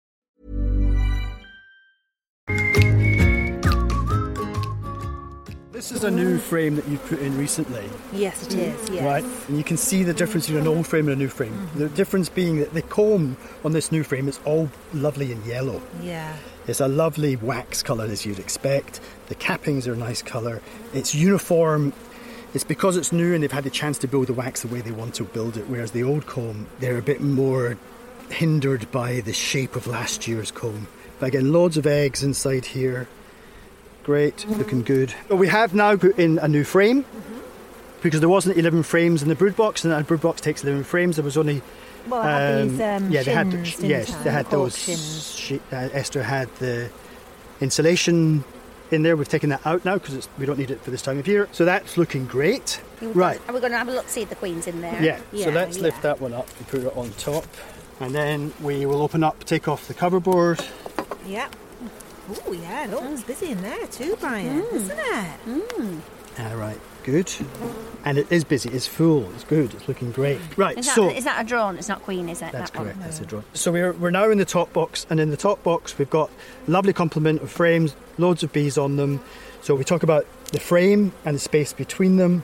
Speaker 3: This is a new frame that you've put in recently,
Speaker 2: Yes, it is. Yes.
Speaker 3: right? And you can see the difference between an old frame and a new frame.
Speaker 1: Mm-hmm.
Speaker 3: The difference being that the comb on this new frame is all lovely and yellow.
Speaker 2: Yeah.
Speaker 3: It's a lovely wax colour as you'd expect. The cappings are a nice colour. It's uniform. It's because it's new and they've had a chance to build the wax the way they want to build it, whereas the old comb, they're a bit more hindered by the shape of last year's comb. But again, loads of eggs inside here. Great, looking good. But we have now put in a new frame because there wasn't 11 frames in the brood box, and a brood box takes 11 frames. There was only
Speaker 2: Well, I had these, um,
Speaker 3: yeah, they had
Speaker 2: shins, didn't
Speaker 3: yes,
Speaker 2: I?
Speaker 3: they had
Speaker 2: Cork
Speaker 3: those.
Speaker 2: shins.
Speaker 3: She, uh, Esther had the insulation in there. We've taken that out now because we don't need it for this time of year. So that's looking great. Right.
Speaker 1: Are we going to have a look see if the queen's in there?
Speaker 3: Yeah.
Speaker 2: Yeah,
Speaker 3: so let's lift
Speaker 2: yeah.
Speaker 3: that one up and put it on top, and then we will open up, take off the coverboard.
Speaker 2: Yeah. Oh, yeah.
Speaker 3: Mm.
Speaker 2: Look, it's busy in there too, Brian. Isn't it?
Speaker 3: All right. Good. And it is busy. It's full. It's good. It's looking great. Right.
Speaker 1: Is that,
Speaker 3: so
Speaker 1: is that a drone? It's not queen, is it?
Speaker 3: That's
Speaker 1: that one?
Speaker 3: correct. That's a draw. So we're, we're now in the top box, and in the top box we've got lovely complement of frames, loads of bees on them. So we talk about the frame and the space between them,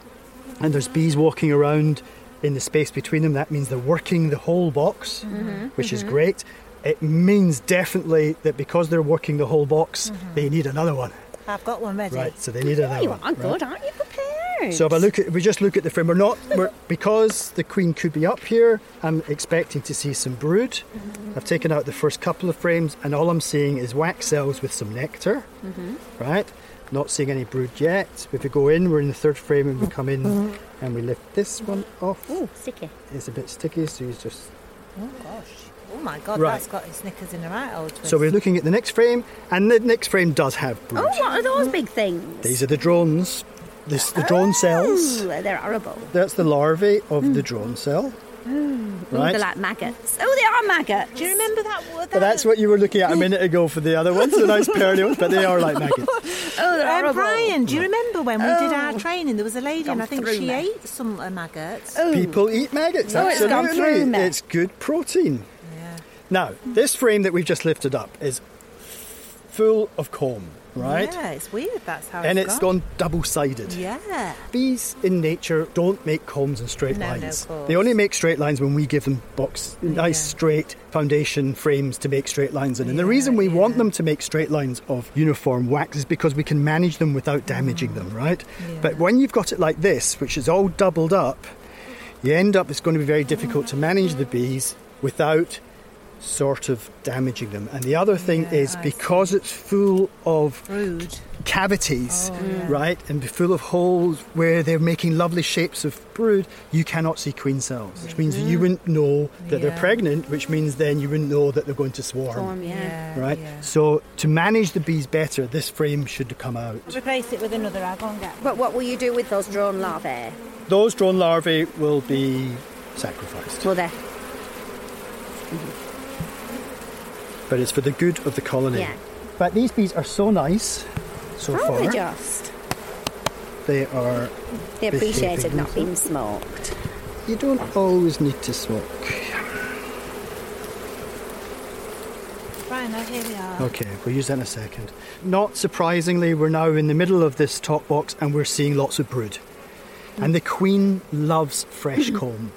Speaker 3: and there's bees walking around in the space between them. That means they're working the whole box,
Speaker 1: Mm-hmm,
Speaker 3: which is great. It means definitely that because they're working the whole box,
Speaker 1: Mm-hmm.
Speaker 3: they need another one.
Speaker 2: I've got one ready.
Speaker 3: Right. So they need another
Speaker 1: You
Speaker 3: one.
Speaker 1: are
Speaker 3: right?
Speaker 1: good, aren't you? Prepared.
Speaker 3: So if I look at, if we just look at the frame. We're not we're, because the queen could be up here. I'm expecting to see some brood.
Speaker 1: Mm-hmm.
Speaker 3: I've taken out the first couple of frames, and all I'm seeing is wax cells with some nectar.
Speaker 1: Mm-hmm.
Speaker 3: Right, not seeing any brood yet. If we go in, we're in the third frame, and we come in, and we lift this one off.
Speaker 1: Mm-hmm. Ooh, sticky.
Speaker 3: It's a bit sticky, so you just.
Speaker 2: Oh, gosh. Oh, my God.
Speaker 3: Right.
Speaker 2: That's got his knickers in a right old twist.
Speaker 3: So we're looking at the next frame, and the next frame does have brood.
Speaker 1: Oh, what are those big things?
Speaker 3: These are the drones. This
Speaker 1: Oh!
Speaker 3: the drone cells.
Speaker 1: Ooh, they're horrible.
Speaker 3: That's the larvae of the drone cell.
Speaker 1: Mm. Ooh,
Speaker 3: Right.
Speaker 1: they're like maggots. Oh, they are maggots.
Speaker 2: Do you remember that word?
Speaker 3: But that's what you were looking at a minute ago for the other ones, the nice pearly ones, but they are like maggots.
Speaker 1: Oh, they're
Speaker 2: Um,
Speaker 1: horrible.
Speaker 2: Brian, do you remember when we did
Speaker 3: Oh.
Speaker 2: our training? There was a lady, and
Speaker 1: Gone
Speaker 2: I think
Speaker 1: through
Speaker 2: she
Speaker 1: me.
Speaker 2: ate some uh,
Speaker 3: Oh.
Speaker 2: maggots.
Speaker 1: Ooh.
Speaker 3: People eat maggots,
Speaker 1: Oh, it's
Speaker 3: absolutely.
Speaker 1: gone through me.
Speaker 3: It's good protein.
Speaker 2: Yeah.
Speaker 3: Now, this frame that we've just lifted up is full of comb, right?
Speaker 2: Yeah, it's weird. That's how.
Speaker 3: And
Speaker 2: it's
Speaker 3: it's gone double sided.
Speaker 2: Yeah.
Speaker 3: Bees in nature don't make combs and straight
Speaker 2: No, no
Speaker 3: lines.
Speaker 2: course.
Speaker 3: they only make straight lines when we give them box nice
Speaker 2: Yeah.
Speaker 3: straight foundation frames to make straight lines in. And the reason we want them to make straight lines of uniform wax is because we can manage them without damaging them, right? But when you've got it like this, which is all doubled up, you end up it's going to be very difficult to manage the bees without sort of damaging them. And the other thing is because it's full of
Speaker 2: Brood.
Speaker 3: cavities,
Speaker 2: Oh,
Speaker 3: right, and be full of holes where they're making lovely shapes of brood, you cannot see queen cells, which means you wouldn't know that they're
Speaker 2: Mm. Yeah.
Speaker 3: pregnant, which means then you wouldn't know that they're going to swarm.
Speaker 1: Form, yeah.
Speaker 2: Yeah.
Speaker 3: Right,
Speaker 2: yeah.
Speaker 3: so to manage the bees better, this frame should come out.
Speaker 2: Replace it with another. I'll go and get.
Speaker 1: But what will you do with those drone larvae?
Speaker 3: Those drone larvae will be sacrificed,
Speaker 1: Will they?
Speaker 3: but it's for the good of the colony.
Speaker 1: Yeah.
Speaker 3: But these bees are so nice so
Speaker 2: Oh,
Speaker 1: Aren't they
Speaker 3: far.
Speaker 1: just?
Speaker 3: They
Speaker 1: They
Speaker 3: are. Big, big,
Speaker 1: appreciated
Speaker 3: big
Speaker 1: not
Speaker 3: ones.
Speaker 1: being smoked.
Speaker 3: You don't always need to smoke.
Speaker 2: Brian, no, no, here we are.
Speaker 3: Okay, we'll use that in a second. Not surprisingly, we're now in the middle of this top box and we're seeing lots of brood. And the queen loves
Speaker 2: *clears throat*
Speaker 3: fresh comb.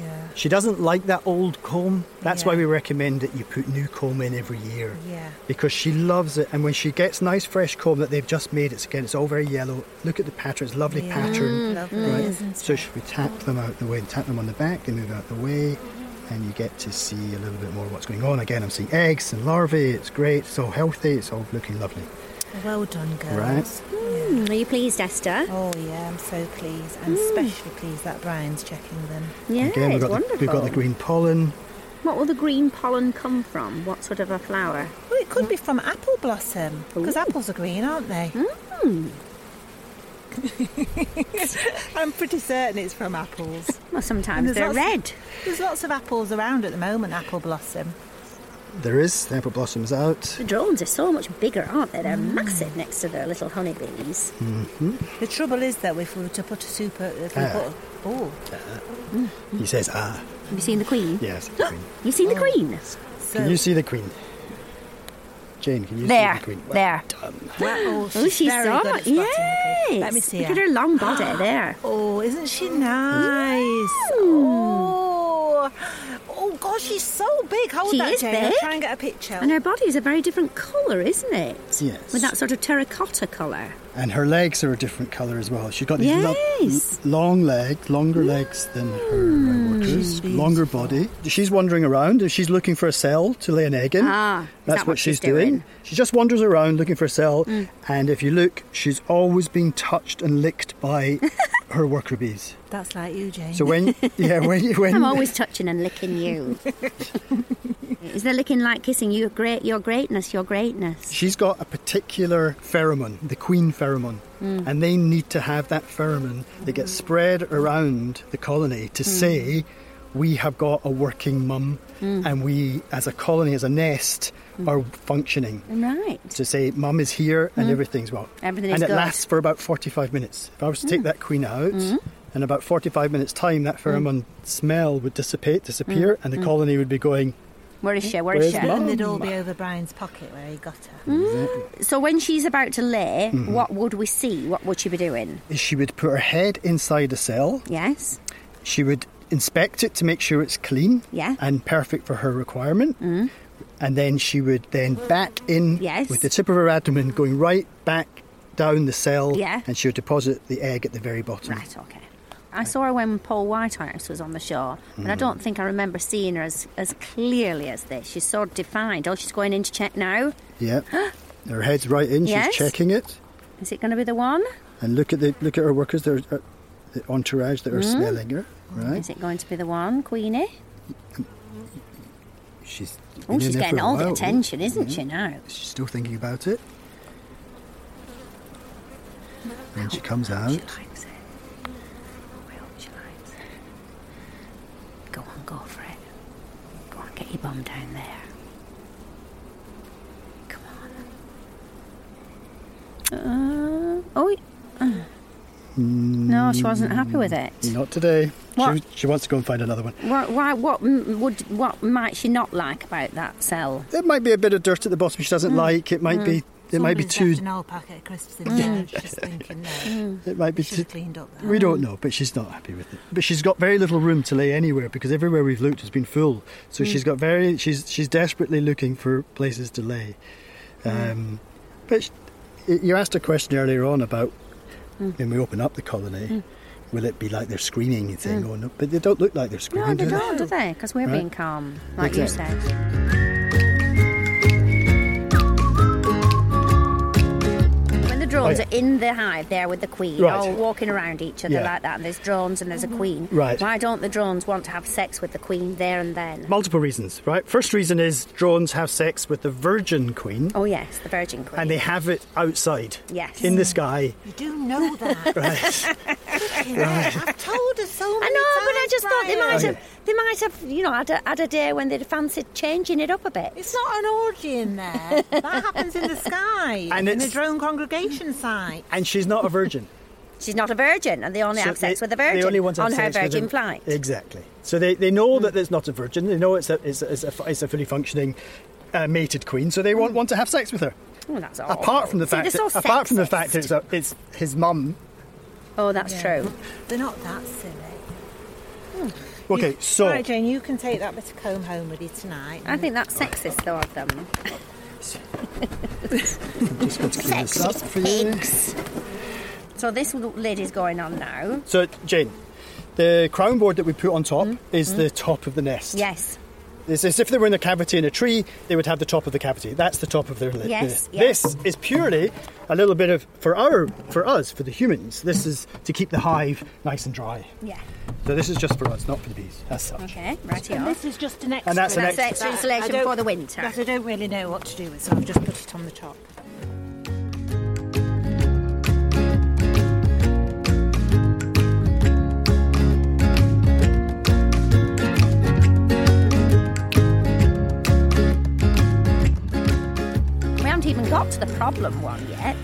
Speaker 2: Yeah,
Speaker 3: She doesn't like that old comb. That's why
Speaker 2: Yeah.
Speaker 3: we recommend that you put new comb in every year.
Speaker 2: Yeah.
Speaker 3: Because she loves it. And when she gets nice fresh comb that they've just made, it's again, it's all very yellow. Look at the pattern, it's a lovely
Speaker 2: Yeah.
Speaker 3: pattern.
Speaker 2: Lovely,
Speaker 3: Mm. Right?
Speaker 2: isn't
Speaker 3: So
Speaker 2: it?
Speaker 3: should we tap them out the way and tap them on the back, they move out the way, and you get to see a little bit more what's going on. Again, I'm seeing eggs and larvae, it's great, it's all healthy, it's all looking lovely.
Speaker 2: well done, girls.
Speaker 3: Right.
Speaker 2: Yeah.
Speaker 1: Mm, Are you pleased, Esther?
Speaker 2: Oh yeah, I'm so pleased. I'm especially pleased that Brian's checking them.
Speaker 1: Yeah,
Speaker 3: again, we've
Speaker 1: it's
Speaker 3: got, the,
Speaker 1: wonderful.
Speaker 3: we've got the green pollen.
Speaker 1: What will the green pollen come from? What sort of a flower?
Speaker 2: Well, it could be from apple blossom because apples are green, aren't they?
Speaker 1: Hmm.
Speaker 2: I'm pretty certain it's from apples.
Speaker 1: Well, sometimes
Speaker 2: there's
Speaker 1: they're red.
Speaker 2: lots- *laughs* There's lots of apples around at the moment. Apple blossom.
Speaker 3: There is, the apple blossoms out.
Speaker 1: The drones are so much bigger, aren't they? They're massive next to their little honeybees.
Speaker 2: The trouble is that if we were to put a super, if we
Speaker 3: Ah.
Speaker 2: put, a, oh,
Speaker 3: He says, ah,
Speaker 1: Have you seen the queen? *gasps*
Speaker 3: yes, the queen.
Speaker 1: You seen the
Speaker 2: Oh.
Speaker 1: queen?
Speaker 2: so
Speaker 3: Can you see the queen? Jane, can you
Speaker 1: There,
Speaker 3: see the queen?
Speaker 1: there.
Speaker 3: done.
Speaker 2: *gasps* that- oh,
Speaker 1: Oh,
Speaker 2: she's,
Speaker 1: she's
Speaker 2: very
Speaker 1: so
Speaker 2: good at
Speaker 1: much.
Speaker 2: spotting the queen. Let me
Speaker 1: Yes.
Speaker 2: see
Speaker 1: Look
Speaker 2: her.
Speaker 1: at her long body
Speaker 2: *gasps*
Speaker 1: there.
Speaker 2: Oh, isn't she nice? Oh, *gasps* oh gosh, she's so big. How
Speaker 1: She
Speaker 2: that,
Speaker 1: is
Speaker 2: Jane? I'll
Speaker 1: big.
Speaker 2: Try and get a picture.
Speaker 1: And her body is a very different colour, isn't it?
Speaker 3: Yes.
Speaker 1: With that sort of terracotta colour.
Speaker 3: And her legs are a different colour as well. She's got these lo-
Speaker 1: Yes. Hmm,
Speaker 3: l- long legs, longer legs than her uh, workers, longer body. She's wandering around and she's looking for a cell to lay an egg in.
Speaker 1: Ah, is
Speaker 3: That's
Speaker 1: that
Speaker 3: what
Speaker 1: what
Speaker 3: she's,
Speaker 1: she's
Speaker 3: doing.
Speaker 1: doing? Hmm.
Speaker 3: She just wanders around looking for a cell. And if you look, she's always being touched and
Speaker 1: *laughs*
Speaker 3: licked by her worker bees.
Speaker 2: That's like you, Jane.
Speaker 3: So when, yeah, when you, when
Speaker 2: Mm.
Speaker 1: I'm always touching and licking
Speaker 2: *laughs*
Speaker 1: you. is there licking like kissing? You great, your greatness, your greatness.
Speaker 3: She's got a particular pheromone, the queen pheromone, and they need to have that pheromone that gets spread around the colony to say, we have got a working mum, and we, as a colony, as a nest, are functioning.
Speaker 1: Right.
Speaker 3: To say, mum is here and everything's well.
Speaker 1: Everything
Speaker 3: and
Speaker 1: is
Speaker 3: it
Speaker 1: good.
Speaker 3: lasts for about 45 minutes. If I was to take that queen out, in about 45 minutes' time, that pheromone smell would dissipate, disappear, and the colony would be going,
Speaker 1: Where is she? Where
Speaker 3: Where's
Speaker 1: is she?
Speaker 3: Mum? Mm.
Speaker 2: and they'd all be over Brian's pocket where he got her.
Speaker 1: So when she's about to lay,
Speaker 2: Mm-hmm.
Speaker 1: what would we see? What would she be doing?
Speaker 3: she would put her head inside a cell.
Speaker 1: Yes.
Speaker 3: She would inspect it to make sure it's clean
Speaker 1: Yeah. Mm.
Speaker 3: and perfect for her requirement. And then she would then back in
Speaker 1: Yes.
Speaker 3: with the tip of her abdomen going right back down the cell
Speaker 1: Yeah.
Speaker 3: and she would deposit the egg at the very bottom.
Speaker 1: Right. Okay. I saw her when Paul Whitehouse was on the show, but I
Speaker 3: Mm.
Speaker 1: don't think I remember seeing her as, as clearly as this. She's so defined. Oh, she's going in to check now. *gasps*
Speaker 3: Yeah. her head's right in,
Speaker 1: Yes.
Speaker 3: she's checking it.
Speaker 1: Is it going to be the one?
Speaker 3: And look at the look at her workers, they're, uh, the entourage that are
Speaker 1: Mm.
Speaker 3: smelling her. Right.
Speaker 1: Is it going to be the one, Queenie?
Speaker 3: She's been
Speaker 1: Oh,
Speaker 3: in
Speaker 1: she's
Speaker 3: there
Speaker 1: getting
Speaker 3: for a
Speaker 1: all the
Speaker 3: while. Mm-hmm.
Speaker 1: attention, isn't she now?
Speaker 3: She's still thinking about it. Then she comes
Speaker 1: She
Speaker 3: out.
Speaker 1: likes it. I hope she likes it. Go on, go for it. Go on, get your bum down there. Come on. Uh, oh. y- uh.
Speaker 3: Mm.
Speaker 1: No, she wasn't happy with it.
Speaker 3: Not today.
Speaker 1: What?
Speaker 3: She, she wants to go and find another one.
Speaker 1: Why, why, what m- would what might she not like about that cell?
Speaker 3: There might be a bit of dirt at the bottom she
Speaker 1: Mm.
Speaker 3: doesn't like. It might be. It might be
Speaker 2: Somebody's
Speaker 3: too.
Speaker 2: left an old packet of crisps in there. She's thinking no.
Speaker 3: It might be
Speaker 2: She's
Speaker 3: too.
Speaker 2: cleaned up that.
Speaker 3: We don't know, but she's not happy with it. But she's got very little room to lay anywhere because everywhere we've looked has been full.
Speaker 1: Mm.
Speaker 3: So she's got very. She's she's desperately looking for places to lay.
Speaker 1: Mm.
Speaker 3: Um, But sh- you asked a question earlier on about
Speaker 1: Mm.
Speaker 3: when we open up the colony, will it be like they're screaming and saying, "Oh no"? But they don't look like they're
Speaker 1: Mm. No,
Speaker 3: screaming.
Speaker 1: they
Speaker 3: do
Speaker 1: don't, do they? Because we're
Speaker 3: Right.
Speaker 1: being calm, like you
Speaker 3: Exactly.
Speaker 1: said. When the drones
Speaker 3: Oh, yeah.
Speaker 1: are in the hive there with the queen,
Speaker 3: Right.
Speaker 1: all walking around each other
Speaker 3: Yeah.
Speaker 1: like that, and there's drones and there's a queen.
Speaker 3: Right.
Speaker 1: Why don't the drones want to have sex with the queen there and then?
Speaker 3: Multiple reasons, right? First reason is drones have sex with the virgin queen.
Speaker 1: Oh yes, the Virgin Queen.
Speaker 3: and they have it outside.
Speaker 1: Yes.
Speaker 3: In the sky.
Speaker 2: You do know that.
Speaker 3: *laughs* Right.
Speaker 2: *laughs* I've told her so
Speaker 1: I
Speaker 2: many
Speaker 1: know, but I
Speaker 2: times,
Speaker 1: just thought they
Speaker 2: Brian.
Speaker 1: might have, they might have, you know, had a, had a day when they'd fancied changing it up a bit.
Speaker 2: It's not an orgy in *laughs* there. That happens in the sky,
Speaker 3: And
Speaker 2: in a
Speaker 3: it's-
Speaker 2: drone congregation site.
Speaker 3: and she's not a virgin.
Speaker 1: She's not a virgin, and *laughs* they only
Speaker 3: So
Speaker 1: have sex
Speaker 3: they-
Speaker 1: with a
Speaker 3: they
Speaker 1: virgin
Speaker 3: only want to
Speaker 1: on
Speaker 3: have
Speaker 1: her
Speaker 3: sex with
Speaker 1: virgin
Speaker 3: a-
Speaker 1: flight. Hmm.
Speaker 3: Exactly. So they, they know that it's not a virgin. They know it's a, it's a, it's a, it's a fully functioning a mated queen, so they won't want to have sex with her.
Speaker 1: Oh, that's awful.
Speaker 3: Apart from the
Speaker 1: Hmm. See,
Speaker 3: fact,
Speaker 1: they're
Speaker 3: that,
Speaker 1: so
Speaker 3: apart from the
Speaker 1: sexist.
Speaker 3: fact it's, a, it's his mum.
Speaker 1: oh, that's true.
Speaker 2: They're not that silly.
Speaker 3: Okay,
Speaker 2: You-
Speaker 3: so
Speaker 2: Right, Jane, you can take that bit of comb home with you tonight.
Speaker 1: I think that's sexist, though, of them.
Speaker 3: just going to clean this up for you.
Speaker 1: So this l- lid is going on now.
Speaker 3: So Jane, the crown board that we put on top is the top of the nest.
Speaker 1: Hmm. Yes.
Speaker 3: It's as if they were in a cavity in a tree, they would have the top of the cavity. That's the top of their lid.
Speaker 1: Yes,
Speaker 3: Yeah. This is purely a little bit of for our for us, for the humans, this is to keep the hive nice and dry.
Speaker 1: Yeah.
Speaker 3: So this is just for us, not for the bees. As such.
Speaker 1: Okay. Right
Speaker 2: And
Speaker 1: here.
Speaker 2: this is just an extra.
Speaker 3: And that's an
Speaker 1: That's
Speaker 3: extra-
Speaker 1: extra insulation
Speaker 2: I don't-
Speaker 1: for the winter.
Speaker 2: That I don't really know what to do with, so I've just put it on the top.
Speaker 1: We haven't even got to the problem one yet.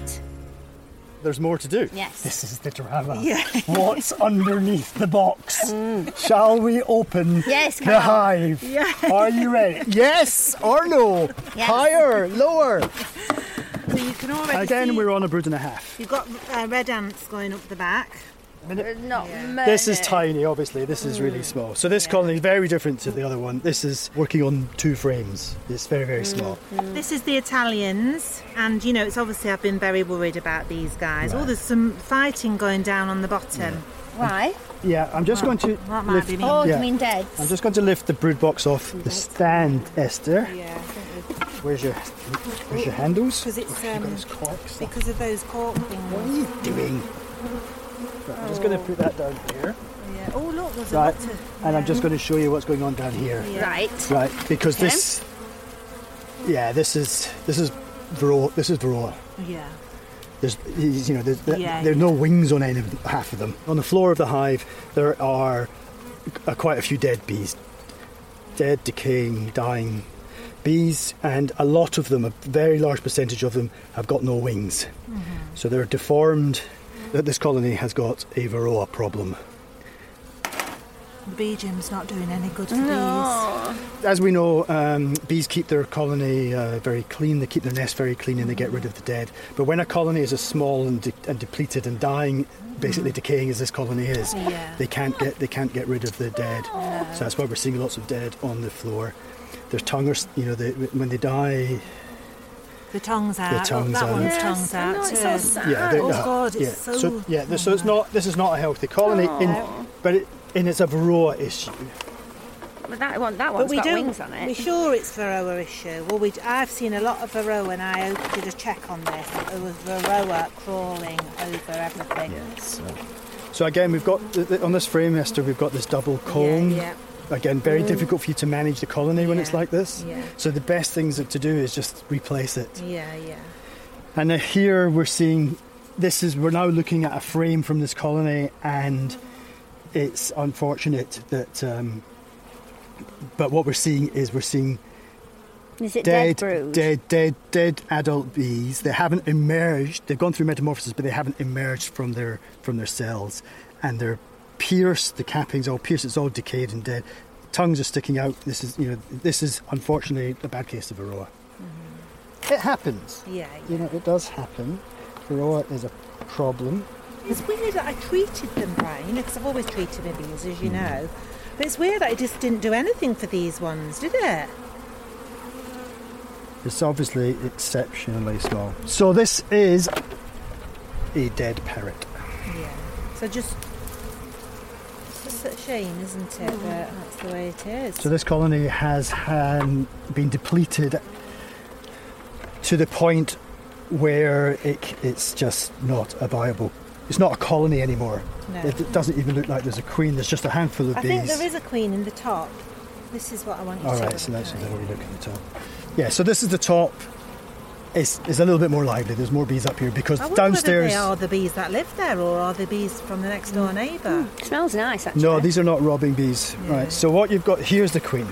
Speaker 3: There's more to do.
Speaker 1: Yes.
Speaker 3: This is the drama.
Speaker 1: *laughs*
Speaker 3: What's underneath the box? Shall we open
Speaker 1: Mm. Yes, come
Speaker 3: the
Speaker 1: on.
Speaker 3: hive?
Speaker 1: *laughs*
Speaker 3: Are you ready? yes or no?
Speaker 1: Yes.
Speaker 3: Higher, lower.
Speaker 2: So you can already
Speaker 3: Again,
Speaker 2: see
Speaker 3: we're on a brood and a half.
Speaker 2: you've got uh, red ants going up the back.
Speaker 1: There's Not
Speaker 3: This is
Speaker 1: many.
Speaker 3: tiny, obviously. This is
Speaker 2: Mm.
Speaker 3: really small. So this colony is very different to the other one. This is working on two frames. It's very, very
Speaker 2: Mm.
Speaker 3: small.
Speaker 2: This is the Italians, and you know, it's obviously I've been very worried about these guys. Oh, there's some fighting going down on the bottom.
Speaker 1: Why?
Speaker 3: Yeah, I'm just going to
Speaker 2: That might
Speaker 3: lift.
Speaker 2: be me.
Speaker 1: Oh,
Speaker 3: Yeah.
Speaker 1: you mean dead?
Speaker 3: I'm just going to lift the brood box off the stand, Esther.
Speaker 2: Yeah, I think we've-
Speaker 3: Where's your Where's your handles?
Speaker 2: because it's
Speaker 3: You've got
Speaker 2: um,
Speaker 3: those corks.
Speaker 2: because of those cork
Speaker 3: What
Speaker 2: things.
Speaker 3: are you doing? Right, I'm just going
Speaker 2: Oh.
Speaker 3: to put that down here.
Speaker 2: Yeah. Oh, look, there's a
Speaker 3: Right. Uh,
Speaker 2: lot of.
Speaker 3: And I'm just going to show you what's going on down here.
Speaker 2: Yeah.
Speaker 1: Right.
Speaker 3: Right, because
Speaker 1: Okay.
Speaker 3: this Yeah, this is this is Varroa, this is Varroa.
Speaker 2: oh, Yeah.
Speaker 3: There's you know there's, there,
Speaker 2: Yeah,
Speaker 3: there's no wings on any of half of them. On the floor of the hive there are uh, quite a few dead bees. Dead, decaying, dying bees and a lot of them, a very large percentage of them have got no wings. So they're deformed. That this colony has got a Varroa problem.
Speaker 2: The bee gym's not doing any good for
Speaker 3: As we know, um, bees keep their colony uh, very clean, they keep their nest very clean and they get rid of the dead. But when a colony is as small and, de- and depleted and dying, basically decaying as this colony is,
Speaker 2: Yeah.
Speaker 3: they, can't get, they can't get rid of the dead. So that's why we're seeing lots of dead on the floor. Their tongue are, s- you know, they, when they die,
Speaker 2: these. The tongue's out. Look,
Speaker 3: tongue's
Speaker 2: that
Speaker 3: out.
Speaker 2: one's
Speaker 3: Yes,
Speaker 2: tongue's
Speaker 1: I
Speaker 2: out
Speaker 1: know, it's
Speaker 2: too.
Speaker 1: so sad.
Speaker 3: yeah, they're-
Speaker 2: Oh,
Speaker 3: uh,
Speaker 2: God, it's
Speaker 3: yeah.
Speaker 2: so-
Speaker 3: yeah, th- so it's not. This is not a healthy colony, in, but it, and it's a varroa issue.
Speaker 1: But that one, that
Speaker 2: But
Speaker 1: one's
Speaker 2: we
Speaker 1: got
Speaker 2: do.
Speaker 1: wings on
Speaker 2: We're
Speaker 1: it.
Speaker 2: sure it's Varroa issue. Well, we I've seen a lot of Varroa, and I did a check on this. It was Varroa crawling over everything.
Speaker 3: So, so again, we've got th- th- on this frame, Esther. We've got this double comb.
Speaker 2: yeah. Mm.
Speaker 3: Again, very difficult for you to manage the colony when it's
Speaker 2: Yeah,
Speaker 3: like this.
Speaker 2: yeah.
Speaker 3: So the best things to do is just replace it.
Speaker 2: Yeah, yeah.
Speaker 3: And uh, here we're seeing this is we're now looking at a frame from this colony, and it's unfortunate that. Um, but what we're seeing is we're seeing
Speaker 1: Is it dead,
Speaker 3: dead,
Speaker 1: brood?
Speaker 3: dead, dead, dead adult bees. They haven't emerged. They've gone through metamorphosis, but they haven't emerged from their from their cells, and they're pierced. The capping's all pierced. It's all decayed and dead. Tongues are sticking out. This is you know this is unfortunately a bad case of varroa. It happens.
Speaker 2: Mm-hmm. Yeah,
Speaker 3: You know it does happen. Varroa is a problem.
Speaker 2: It's weird that I treated them right, you know, because I've always treated my bees, as you
Speaker 3: Hmm.
Speaker 2: know. But it's weird that I just didn't do anything for these ones, did it?
Speaker 3: It's obviously exceptionally small. So this is a dead parrot.
Speaker 2: Yeah. So just. It's just a shame, isn't it?
Speaker 1: Hmm.
Speaker 2: That that's the way it is.
Speaker 3: So this colony has um, been depleted to the point where it, c- it's just not a viable. It's not a colony anymore.
Speaker 2: No.
Speaker 3: It, it doesn't even look like there's a queen. There's just a handful of
Speaker 2: I
Speaker 3: bees.
Speaker 2: think there is a queen in the top. This is what I want you
Speaker 3: All
Speaker 2: to
Speaker 3: right,
Speaker 2: look
Speaker 3: so that's
Speaker 2: at.
Speaker 3: a little look at the top. Yeah, so this is the top. It's, it's a little bit more lively. There's more bees up here because
Speaker 2: I wonder
Speaker 3: downstairs. Hmm.
Speaker 2: Whether they are the bees that live there or are the bees from the next door neighbour?
Speaker 1: It smells nice, actually.
Speaker 3: No, these are not robbing bees. Right. So what you've got here's the queen,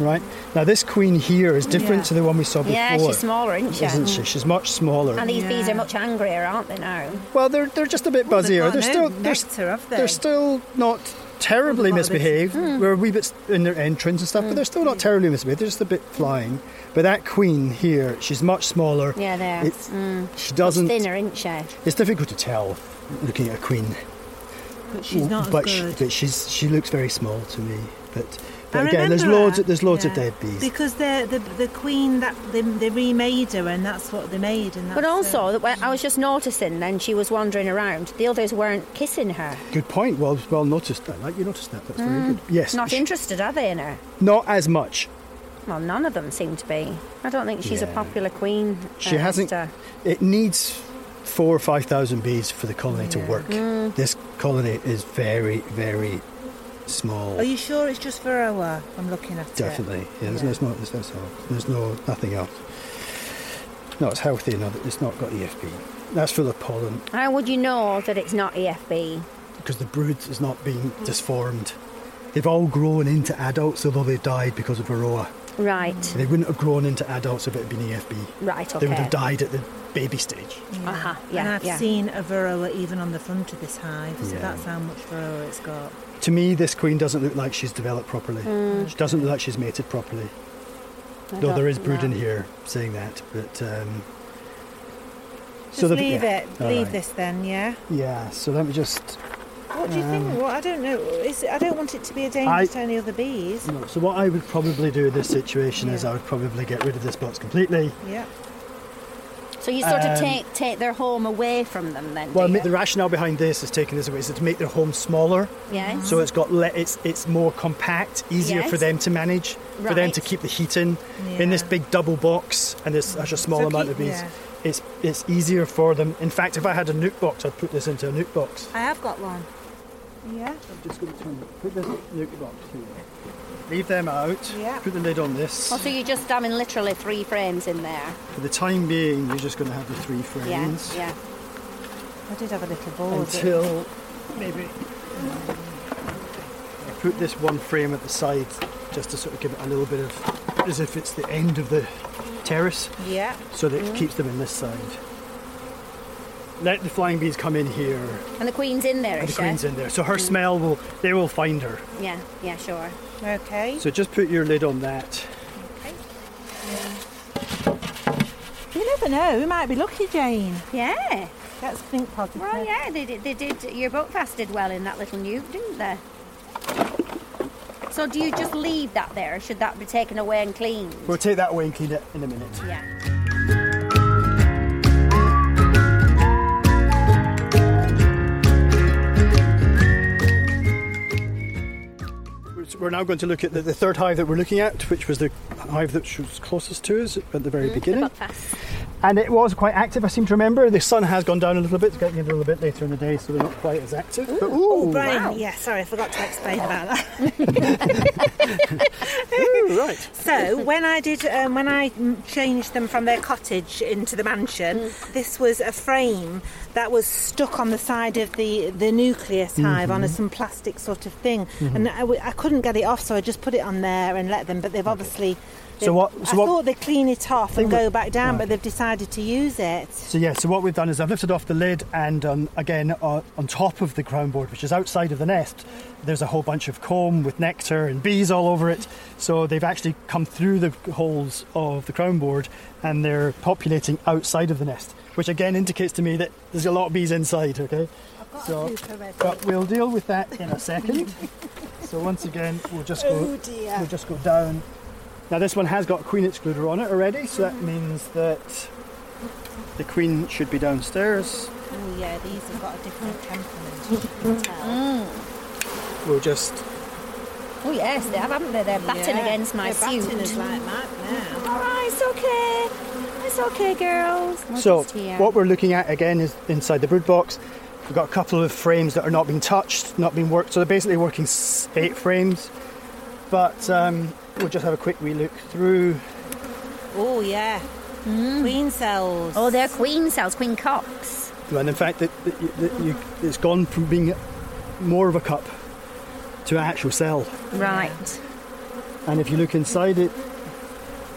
Speaker 3: right? Now this queen here is different
Speaker 2: Yeah.
Speaker 3: to the one we saw before.
Speaker 1: Yeah, she's smaller, isn't she?
Speaker 3: Isn't she? She's much smaller.
Speaker 1: And these bees
Speaker 2: Yeah.
Speaker 1: are much angrier, aren't they now?
Speaker 3: Well, they're they're just a bit
Speaker 2: Well, they've
Speaker 3: buzzier.
Speaker 2: got
Speaker 3: They're
Speaker 2: no
Speaker 3: still they're,
Speaker 2: nectar, have they?
Speaker 3: are still not terribly
Speaker 2: Well, the bottom
Speaker 3: misbehaved.
Speaker 1: Hmm.
Speaker 3: We're a wee bit in their entrance and stuff, but they're still not terribly misbehaved. They're just a bit flying. But that queen here, she's much smaller.
Speaker 1: Yeah, they are. Hmm.
Speaker 3: It's, She doesn't.
Speaker 1: Thinner, isn't she?
Speaker 3: It's difficult to tell looking at a queen,
Speaker 2: But she's not
Speaker 3: Hmm. but,
Speaker 2: as
Speaker 3: she,
Speaker 2: good.
Speaker 3: but she's she looks very small to me. But, but
Speaker 2: I
Speaker 3: again, there's
Speaker 2: remember
Speaker 3: loads
Speaker 2: her.
Speaker 3: there's loads of
Speaker 2: Yeah.
Speaker 3: dead bees.
Speaker 2: Because the the, the queen that they, they remade her, and that's what they made. And that's
Speaker 1: But also,
Speaker 2: uh,
Speaker 1: that when- I was just noticing then she was wandering around. The others weren't kissing her.
Speaker 3: Good point. Well, well noticed. I like you noticed that. That's very good. Yes.
Speaker 1: Hmm. Not
Speaker 3: sh-
Speaker 1: interested, are they, in her?
Speaker 3: Not as much.
Speaker 1: Well, none of them seem to be. I don't think she's
Speaker 3: Yeah.
Speaker 1: a popular queen. uh,
Speaker 3: She hasn't.
Speaker 1: Esther.
Speaker 3: It needs four or five thousand bees for the colony to work.
Speaker 1: Mm.
Speaker 3: This colony is very, very small.
Speaker 1: Oh,
Speaker 2: are you sure it's just Varroa? I'm looking at
Speaker 3: Definitely.
Speaker 2: it.
Speaker 3: Yeah. There's, there's no. There's, there's, no- there's no nothing else. No, it's healthy enough. It's not got EFB. That's full of pollen
Speaker 1: How would you know that it's not EFB?
Speaker 3: because the brood is not being
Speaker 1: Mm.
Speaker 3: disformed. They've all grown into adults, although they died because of varroa.
Speaker 1: Right.
Speaker 3: They wouldn't have grown into adults if it had been EFB.
Speaker 1: Right,
Speaker 3: They would
Speaker 1: okay.
Speaker 3: have died at the baby stage.
Speaker 1: Uh-huh.
Speaker 2: and
Speaker 1: Yeah,
Speaker 2: I've
Speaker 1: yeah.
Speaker 2: seen a Varroa even on the front of this hive, so
Speaker 3: Yeah.
Speaker 2: that's how much Varroa it's got.
Speaker 3: To me, this queen doesn't look like she's developed properly. She doesn't look like she's mated properly.
Speaker 1: Hmm. I
Speaker 3: Though there
Speaker 1: don't
Speaker 3: is brood in
Speaker 1: know.
Speaker 3: here saying that, but um,
Speaker 2: Just
Speaker 3: the-
Speaker 2: leave
Speaker 3: yeah.
Speaker 2: it.
Speaker 3: All
Speaker 2: leave
Speaker 3: right.
Speaker 2: this then, yeah.
Speaker 3: Yeah. So let me just.
Speaker 2: What do you think? What I don't know. Is it, I don't want it to be a danger
Speaker 3: Um, I-
Speaker 2: to any other bees.
Speaker 3: No, so what I would probably do in this situation is I would probably get rid of this box completely.
Speaker 2: Yeah.
Speaker 1: So you sort
Speaker 3: Um,
Speaker 1: of take take their home away from them then.
Speaker 3: Well,
Speaker 1: do
Speaker 3: ma-
Speaker 1: you?
Speaker 3: the rationale behind this is taking this away is to make their home smaller,
Speaker 1: yes.
Speaker 3: so it's got le- it's it's more compact, easier for
Speaker 1: Yes.
Speaker 3: them to manage, for them to
Speaker 1: Right.
Speaker 3: keep the heat in. In this
Speaker 2: Yeah.
Speaker 3: big double box, and there's such a small
Speaker 2: So
Speaker 3: amount
Speaker 2: keep-
Speaker 3: of bees.
Speaker 2: yeah.
Speaker 3: It's it's easier for them. In fact, if I had a nuke box, I'd put this into a nuke box.
Speaker 2: I have got one. Yeah.
Speaker 3: Just going to turn put this nuke box here. Leave them out.
Speaker 2: Yeah.
Speaker 3: Put the lid on this.
Speaker 1: Well, so you're just having literally three frames in there.
Speaker 3: For the time being, you're just going to have the three frames
Speaker 1: Yeah, yeah.
Speaker 2: I did have a little board. but-
Speaker 3: until maybe I put this one frame at the side just to sort of give it a little bit of as if it's the end of the terrace,
Speaker 2: Yeah.
Speaker 3: so that it keeps them in this side. Let the flying bees come in here.
Speaker 1: And the queen's in there,
Speaker 3: And
Speaker 1: is
Speaker 3: the
Speaker 1: she?
Speaker 3: queen's in there, so her smell will they will find her.
Speaker 1: Yeah, yeah, sure.
Speaker 2: Okay.
Speaker 3: So just put your lid on that.
Speaker 2: You never know. We might be lucky, Jane.
Speaker 1: Yeah.
Speaker 2: Let's think positive.
Speaker 1: Well, yeah, they did. They did. Your boat fast did well in that little nuke, didn't they? So do you just leave that there? Should that be taken away and cleaned?
Speaker 3: We'll take that away and clean it in a minute.
Speaker 1: Yeah.
Speaker 3: We're- We're now going to look at the, the third hive that we're looking at, which was the hive that was closest to us at Mm, the very beginning.
Speaker 1: Buckfast.
Speaker 3: And it was quite active, I seem to remember. The sun has gone down a little bit, it's getting a little bit later in the day, so they're not quite as active. But,
Speaker 2: Oh,
Speaker 3: ooh, Ah.
Speaker 2: Brian, yeah, sorry, I forgot to explain about that.
Speaker 3: *laughs* ooh, right.
Speaker 2: So when I did, um, when I mm, changed them from their cottage into the mansion,
Speaker 3: Mm.
Speaker 2: this was a frame that was stuck on the side of the the nucleus hive on a,
Speaker 3: Mm-hmm.
Speaker 2: some plastic sort of thing, and I, w- I couldn't get it off, so I just put it on there and let them. But they've obviously.
Speaker 3: So
Speaker 2: they've-
Speaker 3: what- so
Speaker 2: I
Speaker 3: what-
Speaker 2: thought they'd clean it off and go
Speaker 3: Think we-
Speaker 2: back down,
Speaker 3: right.
Speaker 2: but they've decided to use it.
Speaker 3: So, yeah, so what we've done is I've lifted off the lid, and um, again, uh, on top of the crown board, which is outside of the nest, there's a whole bunch of comb with nectar and bees all over it. So, they've actually come through the holes of the crown board and they're populating outside of the nest, which again indicates to me that there's a lot of bees inside, okay? So, but we'll deal with that in a second. so once again, we'll just go. We'll just go down. Now this one has got a queen excluder on it already, so that means that the queen should be downstairs.
Speaker 2: Oh yeah, these have got a different temperament.
Speaker 3: We'll just
Speaker 1: Oh yes, they have, haven't they? They're batting
Speaker 2: Yeah.
Speaker 1: against my
Speaker 2: They're batting
Speaker 1: suit.
Speaker 2: us like mad now.
Speaker 1: Ah, it's okay. It's okay, girls. We're
Speaker 3: so
Speaker 1: just here.
Speaker 3: what we're looking at again is inside the brood box. We've got a couple of frames that are not being touched, not being worked. So they're basically working s- eight frames, but um, we'll just have a quick wee look through.
Speaker 2: Oh yeah, queen cells.
Speaker 1: Oh, they're queen cells, queen cocks.
Speaker 3: And in fact, that, that, you- that you, it's gone from being more of a cup to an actual cell.
Speaker 1: Right.
Speaker 3: And if you look inside it,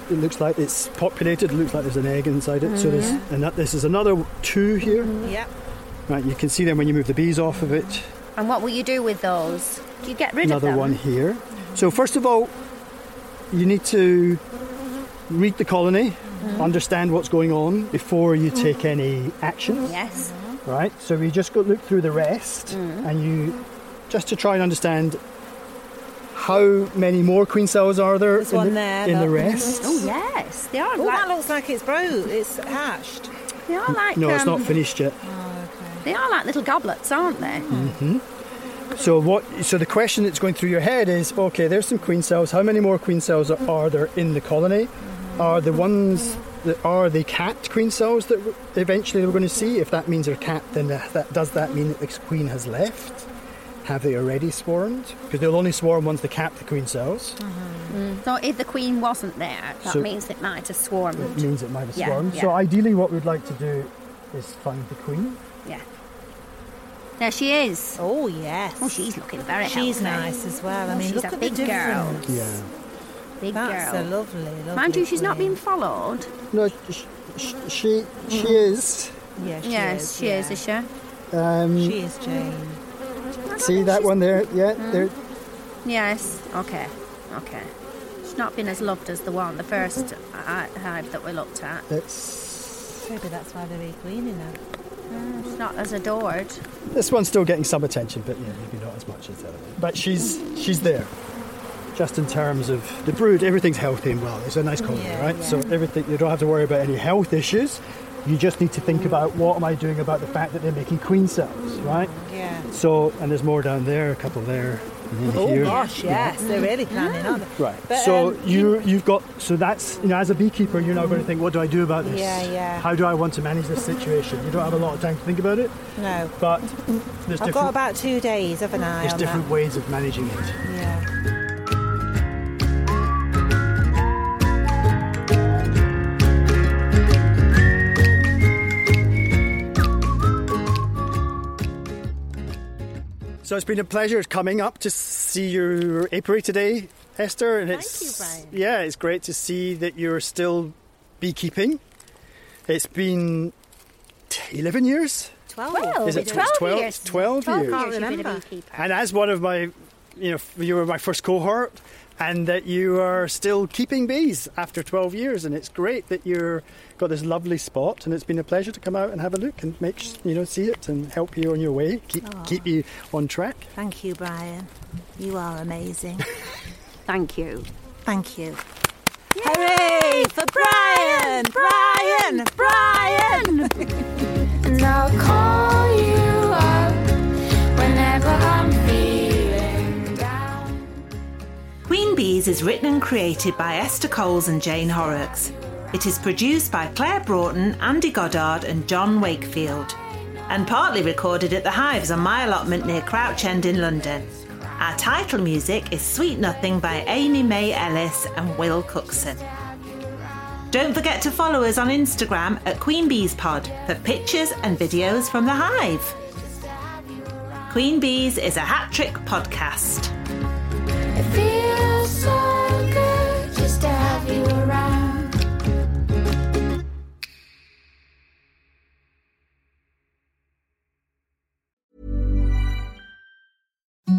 Speaker 3: it looks like it's populated. It looks like there's an egg inside it. So there's and that, this is another two here.
Speaker 2: Yep.
Speaker 3: Right, you can see them when you move the bees off of it.
Speaker 1: And what will you do with those? Do you get rid
Speaker 3: Another
Speaker 1: of them?
Speaker 3: one here. So first of all, you need to read the colony,
Speaker 2: Mm-hmm.
Speaker 3: understand what's going on before you take any action.
Speaker 1: Yes.
Speaker 3: Right. So we just go look through the rest,
Speaker 2: Mm-hmm.
Speaker 3: and you just to try and understand how many more queen cells are there
Speaker 2: There's
Speaker 3: in
Speaker 2: one
Speaker 3: the,
Speaker 2: there,
Speaker 3: in the
Speaker 2: look.
Speaker 3: rest.
Speaker 2: *laughs*
Speaker 1: Oh yes, they are.
Speaker 2: Oh,
Speaker 1: like,
Speaker 2: that looks like it's broke. It's hatched.
Speaker 1: they are like.
Speaker 3: No, it's
Speaker 1: um,
Speaker 3: not finished yet.
Speaker 1: They are like little goblets, aren't they?
Speaker 3: So what? So the question that's going through your head is: Okay, there's some queen cells. How many more queen cells are, are there in the colony? Are the ones that are the cat queen cells that w- eventually we're going to see? If that means they're cat, then that, that does that mean that the queen has left? Have they already swarmed? Because they'll only swarm once they cap the queen cells.
Speaker 1: Uh-huh. So if the queen wasn't there, that
Speaker 3: So-
Speaker 1: means it might have swarmed.
Speaker 3: It means it might have
Speaker 1: Yeah,
Speaker 3: swarmed.
Speaker 1: yeah.
Speaker 3: So ideally, what we'd like to do is find the queen.
Speaker 1: Yeah. There she is.
Speaker 2: Oh, yes.
Speaker 1: Oh, she's looking very
Speaker 2: She's
Speaker 1: healthy.
Speaker 2: nice as well. I
Speaker 1: Oh,
Speaker 2: mean,
Speaker 1: she's
Speaker 2: look
Speaker 1: a
Speaker 2: at
Speaker 1: big
Speaker 2: the
Speaker 1: girl.
Speaker 2: difference.
Speaker 3: Yeah.
Speaker 1: Big
Speaker 2: That's
Speaker 1: girl.
Speaker 2: a lovely, lovely.
Speaker 1: Mind you, she's not
Speaker 2: queen.
Speaker 1: being followed.
Speaker 3: No, sh- sh- she she
Speaker 1: Mm-hmm.
Speaker 3: is.
Speaker 2: Yeah, she
Speaker 1: yes,
Speaker 2: is,
Speaker 1: she
Speaker 2: yeah.
Speaker 1: is, Mm. is she? I
Speaker 3: Um,
Speaker 2: She is Jane.
Speaker 1: don't
Speaker 3: see
Speaker 1: think
Speaker 3: that
Speaker 1: she's- Mm-hmm.
Speaker 3: one there? Yeah, there.
Speaker 1: Yes. Okay. Okay. She's not been as loved as the one, the first hi- hive that we looked at.
Speaker 3: That's
Speaker 2: Maybe that's why they're re-queening her.
Speaker 1: She's not as adored.
Speaker 3: This one's still getting some attention, but yeah, maybe not as much as the other one. But she's she's there. Just in terms of the brood, everything's healthy and well. It's a nice colony,
Speaker 2: Yeah,
Speaker 3: right?
Speaker 2: yeah.
Speaker 3: So everything you don't have to worry about any health issues. You just need to think about what am I doing about the fact that they're making queen cells, right?
Speaker 2: Yeah.
Speaker 3: So and there's more down there, a couple there, and then
Speaker 2: Oh
Speaker 3: here.
Speaker 2: gosh, yes, they're
Speaker 1: Mm.
Speaker 2: really planning on it.
Speaker 3: Right.
Speaker 2: But,
Speaker 3: so
Speaker 2: um,
Speaker 3: you you've got so that's you know as a beekeeper you're now going to think what do I do about this?
Speaker 2: Yeah, yeah.
Speaker 3: How do I want to manage this situation? You don't have a lot of time to think about it,
Speaker 2: No,
Speaker 3: but there's
Speaker 2: I've
Speaker 3: different
Speaker 2: got about two days, haven't I?
Speaker 3: there's
Speaker 2: on
Speaker 3: different ways of managing it.
Speaker 2: That. Yeah.
Speaker 3: So it's been a pleasure coming up to see your apiary today, Esther. And
Speaker 1: Thank
Speaker 3: it's,
Speaker 1: you, Brian.
Speaker 3: Yeah, it's great to see that you're still beekeeping. It's been t- 11 years,
Speaker 2: Twelve.
Speaker 1: Well,
Speaker 3: Is it
Speaker 1: it's
Speaker 3: 12
Speaker 1: 12
Speaker 3: years?
Speaker 1: years?
Speaker 3: 12 years.
Speaker 1: years you've been a
Speaker 2: Remember.
Speaker 1: beekeeper.
Speaker 3: and as one of my, you know, f- you were my first cohort, and that you are still keeping bees after 12 years, and it's great that you're got this lovely spot, and it's been a pleasure to come out and have a look and make s- you know see it and help you on your way, keep keep you on track.
Speaker 2: Thank you, Brian. You are *laughs* amazing.
Speaker 1: Thank you.
Speaker 2: Thank you. Hooray for Brian! Brian! Brian!
Speaker 4: And I'll call you up whenever I'm feeling down.
Speaker 2: Queen Bees is written and created by Esther Coles and Jane Horrocks. It is produced by Claire Broughton, Andy Goddard, and John Wakefield, and partly recorded at the Hives on my allotment near Crouch End in London. Our title music is Sweet Nothing by Amy May Ellis and Will Cookson. Don't forget to follow us on Instagram at Queen Bees Pod for pictures and videos from the Hive. Queen Bees is a hat trick podcast.
Speaker 4: It feels so good just to have you around.